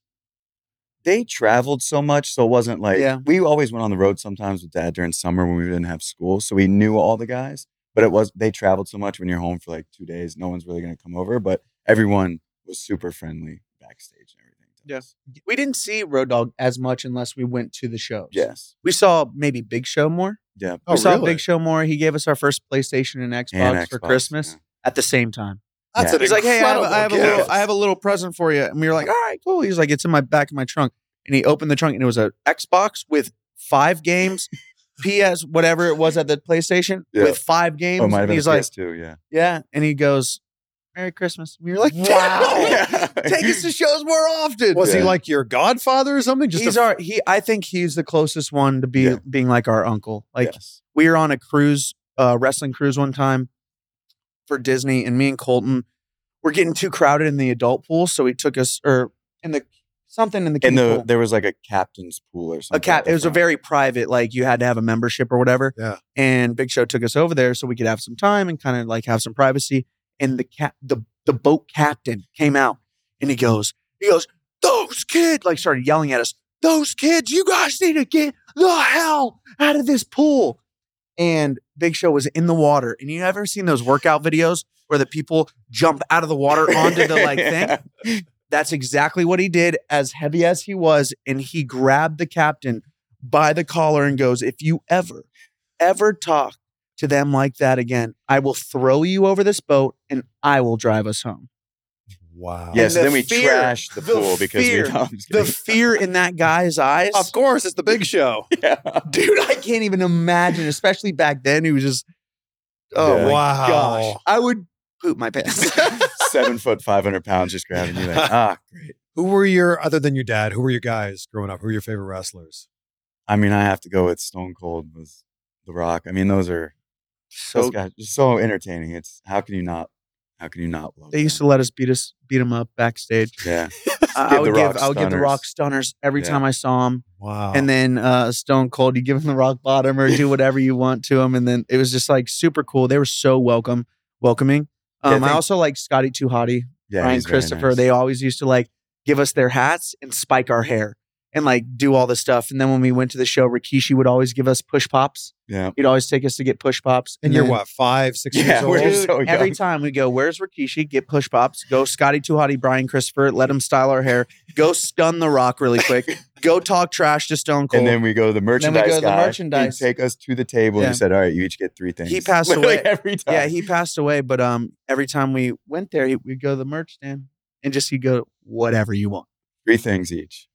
[SPEAKER 4] they traveled so much, so it wasn't like
[SPEAKER 3] Yeah.
[SPEAKER 4] we always went on the road sometimes with dad during summer when we didn't have school, so we knew all the guys. But it was they traveled so much when you're home for like two days, no one's really gonna come over. But everyone was super friendly backstage and everything. to
[SPEAKER 3] Yeah.
[SPEAKER 4] us.
[SPEAKER 3] We didn't see Road Dog as much unless we went to the shows.
[SPEAKER 4] Yes.
[SPEAKER 3] We saw maybe Big Show more.
[SPEAKER 4] Yeah.
[SPEAKER 3] we saw Big Show more. He gave us our first PlayStation and Oh, Xbox,
[SPEAKER 4] Oh, And
[SPEAKER 3] for
[SPEAKER 4] Xbox,
[SPEAKER 3] Christmas
[SPEAKER 4] yeah.
[SPEAKER 3] at the same time.
[SPEAKER 4] That's
[SPEAKER 3] He's like, hey, I have, I have a little,
[SPEAKER 5] gift.
[SPEAKER 3] I have a little present for you, and we were like, all right, cool. He's like, it's in my back of my trunk, and he opened the trunk, and it was a Xbox with five games, PS, whatever it was at the PlayStation
[SPEAKER 4] Yeah.
[SPEAKER 3] with five games.
[SPEAKER 4] Oh, might have
[SPEAKER 3] and
[SPEAKER 4] been
[SPEAKER 3] he's like,
[SPEAKER 4] PS2, yeah.
[SPEAKER 3] yeah, and he goes, Merry Christmas. And we were like, wow,
[SPEAKER 4] Yeah.
[SPEAKER 3] take us to shows more often.
[SPEAKER 2] Was he
[SPEAKER 4] Yeah.
[SPEAKER 2] like your godfather or something? Just
[SPEAKER 3] he's
[SPEAKER 2] a,
[SPEAKER 3] our he. I think he's the closest one to be
[SPEAKER 4] Yeah.
[SPEAKER 3] being like our uncle. Like
[SPEAKER 4] Yes.
[SPEAKER 3] we were on a cruise, uh, wrestling cruise one time for Disney, and me and Colton were getting too crowded in the adult pool, so he took us or in the something in the kiddie
[SPEAKER 4] And the
[SPEAKER 3] pool.
[SPEAKER 4] there was like a captain's pool or something.
[SPEAKER 3] a
[SPEAKER 4] at
[SPEAKER 3] cat.
[SPEAKER 4] the
[SPEAKER 3] It was a
[SPEAKER 4] front.
[SPEAKER 3] very private, like you had to have a membership or whatever.
[SPEAKER 2] Yeah.
[SPEAKER 3] And Big Show took us over there so we could have some time and kind of like have some privacy. And the cat, the the boat captain came out and he goes, he goes, those kids, like started yelling at us, those kids, you guys need to get the hell out of this pool. And Big Show was in the water. And you ever seen those workout videos where the people jump out of the water onto the like thing? That's exactly what he did, as heavy as he was. And he grabbed the captain by the collar and goes, If you ever, ever talk to them like that again, I will throw you over this boat and I will drive us home.
[SPEAKER 2] wow.
[SPEAKER 4] Yeah,
[SPEAKER 3] And
[SPEAKER 4] so
[SPEAKER 3] the
[SPEAKER 4] then we
[SPEAKER 3] fear-
[SPEAKER 4] trashed the,
[SPEAKER 3] the
[SPEAKER 4] pool because
[SPEAKER 3] fear-
[SPEAKER 4] we no, I'm just
[SPEAKER 3] The
[SPEAKER 4] kidding.
[SPEAKER 3] fear in that guy's eyes,
[SPEAKER 2] Of course, it's the big show.
[SPEAKER 4] Yeah.
[SPEAKER 3] dude, I can't even imagine, especially back then. He was just, oh
[SPEAKER 4] Yeah.
[SPEAKER 3] my
[SPEAKER 2] wow.
[SPEAKER 3] gosh, I would poop my pants.
[SPEAKER 4] seven foot, five hundred pounds, just grabbing you. Like, ah, great.
[SPEAKER 2] Who were your other than your dad? Who were your guys growing up? Who were your favorite wrestlers?
[SPEAKER 4] I mean, I have to go with Stone Cold was The Rock. I mean, those are those
[SPEAKER 3] so
[SPEAKER 4] guys are so entertaining. It's how can you not? How can you not love?
[SPEAKER 3] they used to
[SPEAKER 4] them?
[SPEAKER 3] let us beat us beat him up backstage.
[SPEAKER 4] Yeah,
[SPEAKER 3] I,
[SPEAKER 4] Give
[SPEAKER 3] I
[SPEAKER 4] the
[SPEAKER 3] would
[SPEAKER 4] Rock
[SPEAKER 3] give I would give the
[SPEAKER 4] stunners.
[SPEAKER 3] rock stunners every
[SPEAKER 4] Yeah.
[SPEAKER 3] time I saw him.
[SPEAKER 2] Wow.
[SPEAKER 3] and then uh, Stone Cold, you give him the rock bottom or do whatever you want to him, and then it was just like super cool. They were so welcome, welcoming.
[SPEAKER 4] Yeah,
[SPEAKER 3] Um, I,
[SPEAKER 4] thank-
[SPEAKER 3] also like Scotty Too Hottie,
[SPEAKER 4] yeah.
[SPEAKER 3] Ryan
[SPEAKER 4] he's very
[SPEAKER 3] Christopher.
[SPEAKER 4] nice.
[SPEAKER 3] They always used to like give us their hats and spike our hair and like do all this stuff. And then when we went to the show, Rikishi would always give us push pops.
[SPEAKER 4] yeah.
[SPEAKER 3] He'd always take us to get push pops.
[SPEAKER 2] and you're
[SPEAKER 3] then-
[SPEAKER 2] what, five, six
[SPEAKER 4] Yeah,
[SPEAKER 2] years old?
[SPEAKER 4] we're
[SPEAKER 3] Dude,
[SPEAKER 4] so young.
[SPEAKER 3] every time we go, where's Rikishi? Get push pops. Go Scotty Too Hottie, Brian Christopher. Let him style our hair. Go stun the Rock really quick. go talk trash to Stone Cold.
[SPEAKER 4] And then we go to the
[SPEAKER 3] then
[SPEAKER 4] merchandise
[SPEAKER 3] we go to the
[SPEAKER 4] guy.
[SPEAKER 3] merchandise.
[SPEAKER 4] He'd take us to the table
[SPEAKER 3] Yeah.
[SPEAKER 4] and he said, "All right, you each get three things."
[SPEAKER 3] passed
[SPEAKER 4] Literally
[SPEAKER 3] away.
[SPEAKER 4] every time.
[SPEAKER 3] Yeah, he passed away, but um, every time we went there, he, we'd go to the merch stand and just he'd go whatever you want.
[SPEAKER 4] three things each.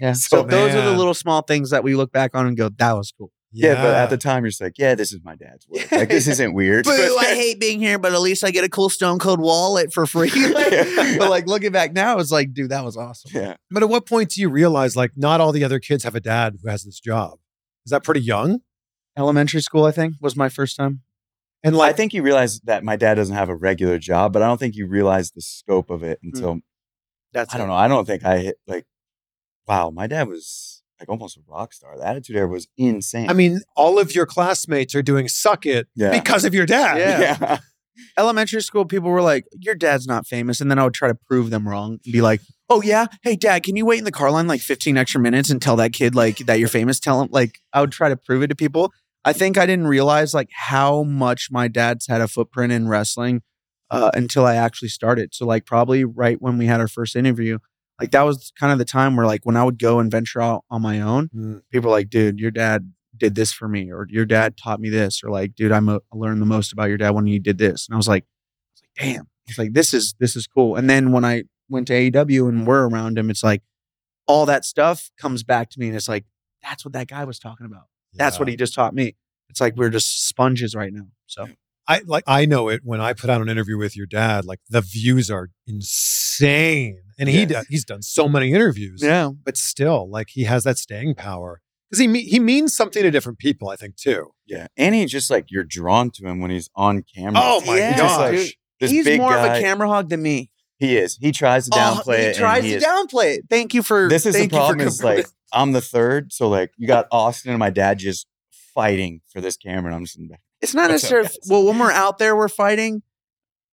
[SPEAKER 3] Yeah.
[SPEAKER 4] So
[SPEAKER 3] So, those are the
[SPEAKER 2] man.
[SPEAKER 3] little small things that we look back on and go, that was cool.
[SPEAKER 4] Yeah. but at the time you're just like, "Yeah, this is my dad's work. Like this isn't weird."
[SPEAKER 3] hate being here, but at least I get a cool Stone Cold wallet for free.
[SPEAKER 4] Yeah.
[SPEAKER 3] but like looking back now, it's like, dude, that was awesome.
[SPEAKER 4] yeah.
[SPEAKER 2] But at what point do you realize like not all the other kids have a dad who has this job? Is that pretty young?
[SPEAKER 3] Elementary school, I think, was my first time.
[SPEAKER 2] And
[SPEAKER 4] I
[SPEAKER 2] like
[SPEAKER 4] think you realize that my dad doesn't have a regular job, but I don't think you realize the scope of it until
[SPEAKER 3] Mm. That's it.
[SPEAKER 4] I don't know. I don't think I hit like, wow, my dad was like almost a rock star. The attitude era was insane.
[SPEAKER 2] I mean, all of your classmates are doing suck it
[SPEAKER 4] yeah.
[SPEAKER 2] because of your dad.
[SPEAKER 3] Yeah.
[SPEAKER 4] yeah.
[SPEAKER 3] elementary school people were like, "Your dad's not famous," and then I would try to prove them wrong and be like, "Oh yeah, hey dad, can you wait in the car line like 15 extra minutes and tell that kid like that you're famous?" Tell him like I would try to prove it to people. I think I didn't realize like how much my dad's had a footprint in wrestling uh, until I actually started. So like probably right when we had our first interview, like that was kind of the time where like when I would go and venture out on my own,
[SPEAKER 2] Mm.
[SPEAKER 3] people were like, "Dude, your dad." Did this for me, or your dad taught me this, or like, dude, I mo- learned the most about your dad when he did this. And I was like, damn, it's like this is this is cool. And then when I went to AEW and we're around him, it's like all that stuff comes back to me, and it's like that's what that guy was talking about. That's what he just taught me. It's like we're just sponges right now. So
[SPEAKER 2] I like I know it when I put out an interview with your dad, like the views are insane. And he
[SPEAKER 4] Yes.
[SPEAKER 2] does, he's done so many interviews.
[SPEAKER 3] yeah,
[SPEAKER 2] But still, like he has that staying power. Because he me- he means something to different people, I think, too.
[SPEAKER 4] Yeah. And he just like, you're drawn to him when he's on camera.
[SPEAKER 2] Oh my
[SPEAKER 3] Yeah,
[SPEAKER 4] Just, like,
[SPEAKER 3] dude.
[SPEAKER 4] this
[SPEAKER 3] he's
[SPEAKER 4] big
[SPEAKER 3] more
[SPEAKER 4] guy,
[SPEAKER 3] of a camera hog than me.
[SPEAKER 4] He is. He tries to downplay
[SPEAKER 3] oh,
[SPEAKER 4] it.
[SPEAKER 3] he
[SPEAKER 4] and
[SPEAKER 3] tries to
[SPEAKER 4] is-
[SPEAKER 3] downplay it. Thank you for
[SPEAKER 4] This is the
[SPEAKER 3] thank you for
[SPEAKER 4] problem is
[SPEAKER 3] confirming-
[SPEAKER 4] like, I'm the third. So like, you got Austin and my dad just fighting for this camera. And I'm just in the back.
[SPEAKER 3] it's not
[SPEAKER 4] What's up,
[SPEAKER 3] necessarily
[SPEAKER 4] guys?
[SPEAKER 3] well when we're out there we're fighting.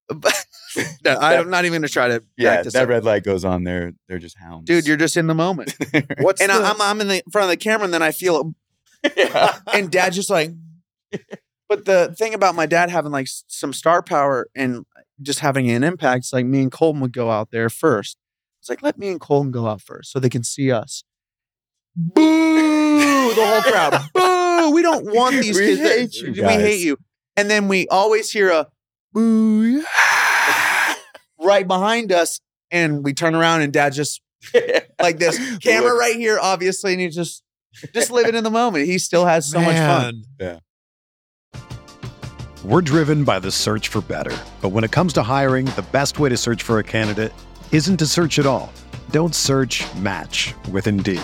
[SPEAKER 3] But No, I'm not even gonna try to
[SPEAKER 4] Yeah.
[SPEAKER 3] practice
[SPEAKER 4] That
[SPEAKER 3] it.
[SPEAKER 4] red light goes on there. They're just hounds.
[SPEAKER 3] dude. You're just in the moment,
[SPEAKER 2] What's
[SPEAKER 3] and
[SPEAKER 2] the-
[SPEAKER 3] I I'm I'm in the front of the camera, and then I feel
[SPEAKER 4] yeah.
[SPEAKER 3] and dad's just like But the thing about my dad having like s- some star power and just having an impact, it's like me and Colton would go out there first. It's like let me and Colton go out first so they can see us. Boo! The whole crowd. Boo! We don't want these
[SPEAKER 4] We
[SPEAKER 3] kids. that-
[SPEAKER 4] hate you
[SPEAKER 3] We hate
[SPEAKER 4] guys.
[SPEAKER 3] you. And then we always hear a boo right behind us, and we turn around and dad just like this camera right here, obviously, and he's just just living in the moment. He still has so much fun.
[SPEAKER 4] Yeah.
[SPEAKER 6] We're driven by the search for better. But when it comes to hiring, the best way to search for a candidate isn't to search at all. Don't search match with Indeed.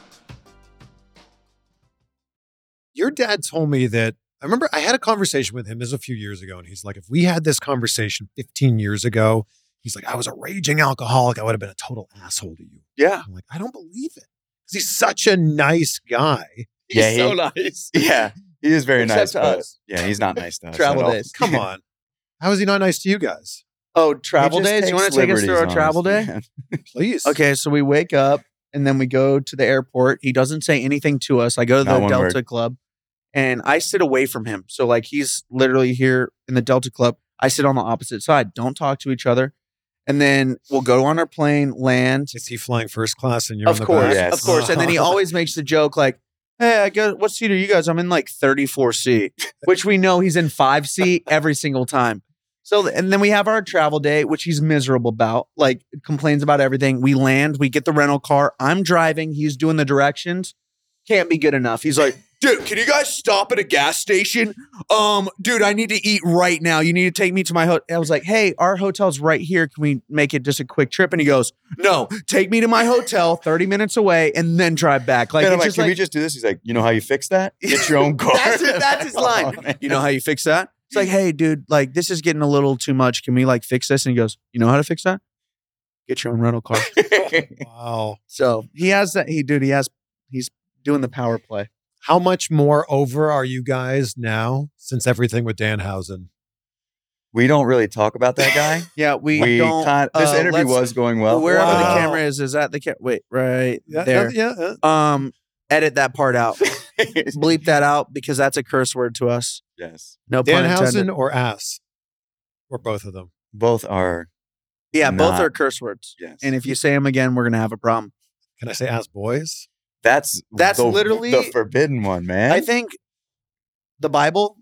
[SPEAKER 2] Your dad told me that I remember I had a conversation with him this was a few years ago, and he's like, if we had this conversation 15 years ago, he's like, I was a raging alcoholic. I would have been a total asshole to you.
[SPEAKER 3] Yeah.
[SPEAKER 2] I'm like, I don't believe it. Because he's such a nice guy.
[SPEAKER 4] Yeah, he-
[SPEAKER 3] nice.
[SPEAKER 4] Yeah, he is very
[SPEAKER 3] Except
[SPEAKER 4] nice.
[SPEAKER 3] to
[SPEAKER 4] but-
[SPEAKER 3] us.
[SPEAKER 4] Yeah, he's not nice to us.
[SPEAKER 3] Travel
[SPEAKER 4] at all.
[SPEAKER 3] days.
[SPEAKER 2] Come on. How is he not nice to you guys?
[SPEAKER 3] Oh,
[SPEAKER 4] He
[SPEAKER 3] travel
[SPEAKER 4] just
[SPEAKER 3] days. You
[SPEAKER 4] takes
[SPEAKER 3] want to take us through our
[SPEAKER 4] liberties on
[SPEAKER 3] travel day?
[SPEAKER 4] man.
[SPEAKER 2] Please.
[SPEAKER 3] Okay, so we wake up and then we go to the airport. He doesn't say anything to us. I go to the
[SPEAKER 4] Not one
[SPEAKER 3] Delta
[SPEAKER 4] word.
[SPEAKER 3] Club and I sit away from him. So like he's literally here in the Delta Club. I sit on the opposite side. Don't talk to each other. And then we'll go on our plane, land.
[SPEAKER 2] Is he flying first class and you're in
[SPEAKER 3] Of
[SPEAKER 2] the
[SPEAKER 3] course,
[SPEAKER 2] back?
[SPEAKER 4] Yes.
[SPEAKER 3] of course. And then he always makes the joke like, "Hey, I go. What seat are you guys? I'm in like 34C," which we know he's in 5C every single time. So, and then we have our travel day, which he's miserable about. Like, complains about everything. We land, we get the rental car. I'm driving. He's doing the directions. Can't be good enough. He's like, "Dude, can you guys stop at a gas station? Um, dude, I need to eat right now. You need to take me to my hotel." I was like, "Hey, our hotel's right here. Can we make it just a quick trip?" And he goes, no, take me to my hotel 30 minutes away and then drive back. Like,
[SPEAKER 4] Then I'm
[SPEAKER 3] it's
[SPEAKER 4] like,
[SPEAKER 3] just
[SPEAKER 4] can we
[SPEAKER 3] like
[SPEAKER 4] just do this? He's like, you know how you fix that? Get your own car.
[SPEAKER 3] That's it- that's his line.
[SPEAKER 4] Oh, man.
[SPEAKER 3] you know how you fix that? It's like, hey, dude, like this is getting a little too much. Can we like fix this? And he goes, you know how to fix that? Get your own rental car.
[SPEAKER 2] Wow.
[SPEAKER 3] so he has that. He, dude, he has, he's doing the power play.
[SPEAKER 2] How much more over are you guys now since everything with Danhausen?
[SPEAKER 4] we don't really talk about that guy.
[SPEAKER 3] Yeah, we,
[SPEAKER 4] we
[SPEAKER 3] don't.
[SPEAKER 4] kind- this
[SPEAKER 3] uh,
[SPEAKER 4] interview
[SPEAKER 3] let's-
[SPEAKER 4] was going well.
[SPEAKER 3] wherever
[SPEAKER 2] Wow.
[SPEAKER 3] the camera is, is that the camera? Wait, right
[SPEAKER 2] Yeah,
[SPEAKER 3] there.
[SPEAKER 2] yeah, yeah.
[SPEAKER 3] Um, edit that part out. Bleep that out because that's a curse word to us.
[SPEAKER 4] yes,
[SPEAKER 3] No pun intended.
[SPEAKER 2] Danhausen or ass? Or both of them?
[SPEAKER 4] both are.
[SPEAKER 3] Yeah, both
[SPEAKER 4] Not-
[SPEAKER 3] are curse words.
[SPEAKER 4] Yes,
[SPEAKER 3] And if you say them again, we're gonna have a problem.
[SPEAKER 2] Can I say ass boys?
[SPEAKER 4] that's
[SPEAKER 3] That's
[SPEAKER 4] the-
[SPEAKER 3] literally-
[SPEAKER 4] the forbidden one, man.
[SPEAKER 3] I think the Bible,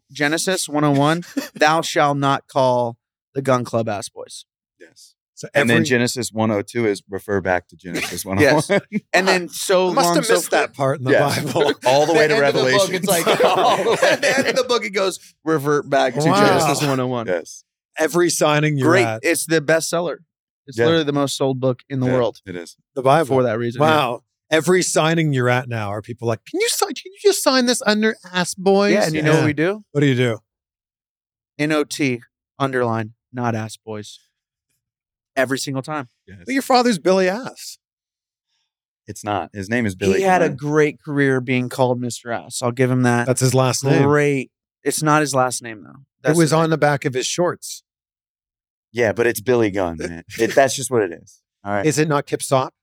[SPEAKER 3] Genesis 101, thou shalt not call the gun club ass boys.
[SPEAKER 4] Yes.
[SPEAKER 2] So
[SPEAKER 4] And then
[SPEAKER 2] every-
[SPEAKER 4] Genesis 102 is refer back to Genesis 101.
[SPEAKER 3] Yes. And then so
[SPEAKER 2] I must
[SPEAKER 3] long,
[SPEAKER 2] have
[SPEAKER 3] so
[SPEAKER 2] missed that part in the
[SPEAKER 4] Yeah.
[SPEAKER 2] Bible.
[SPEAKER 4] All the way to
[SPEAKER 3] end of the book,
[SPEAKER 4] Revelation.
[SPEAKER 3] it's like at the end of the book, it goes revert back to
[SPEAKER 2] oh. Wow.
[SPEAKER 3] Genesis 101.
[SPEAKER 4] yes.
[SPEAKER 2] every signing you're
[SPEAKER 3] Great,
[SPEAKER 2] at,
[SPEAKER 3] it's the bestseller. It's
[SPEAKER 4] Yeah.
[SPEAKER 3] literally the most sold book in the
[SPEAKER 4] Yeah,
[SPEAKER 3] world
[SPEAKER 4] It is.
[SPEAKER 2] the Bible.
[SPEAKER 3] for that reason.
[SPEAKER 2] Wow. Every signing you're at now are people like, can you sign? Can you just sign this under ass boys?
[SPEAKER 3] Yeah, and you know what we do?
[SPEAKER 2] What do you do?
[SPEAKER 3] NOT underline, not ass boys. Every single time.
[SPEAKER 4] Yes.
[SPEAKER 2] But your father's Billy Ass.
[SPEAKER 4] It's not. His name is Billy.
[SPEAKER 3] he had a
[SPEAKER 4] Connolly.
[SPEAKER 3] great career being called Mr. Ass. I'll give him that.
[SPEAKER 2] That's his last name.
[SPEAKER 3] great. It's not his last name though.
[SPEAKER 2] It
[SPEAKER 3] That's
[SPEAKER 2] was
[SPEAKER 3] the
[SPEAKER 2] on the back of his shorts.
[SPEAKER 4] Yeah, but it's Billy Gunn, man. It, that's just what it is. All right.
[SPEAKER 2] Is it not Kip Sop?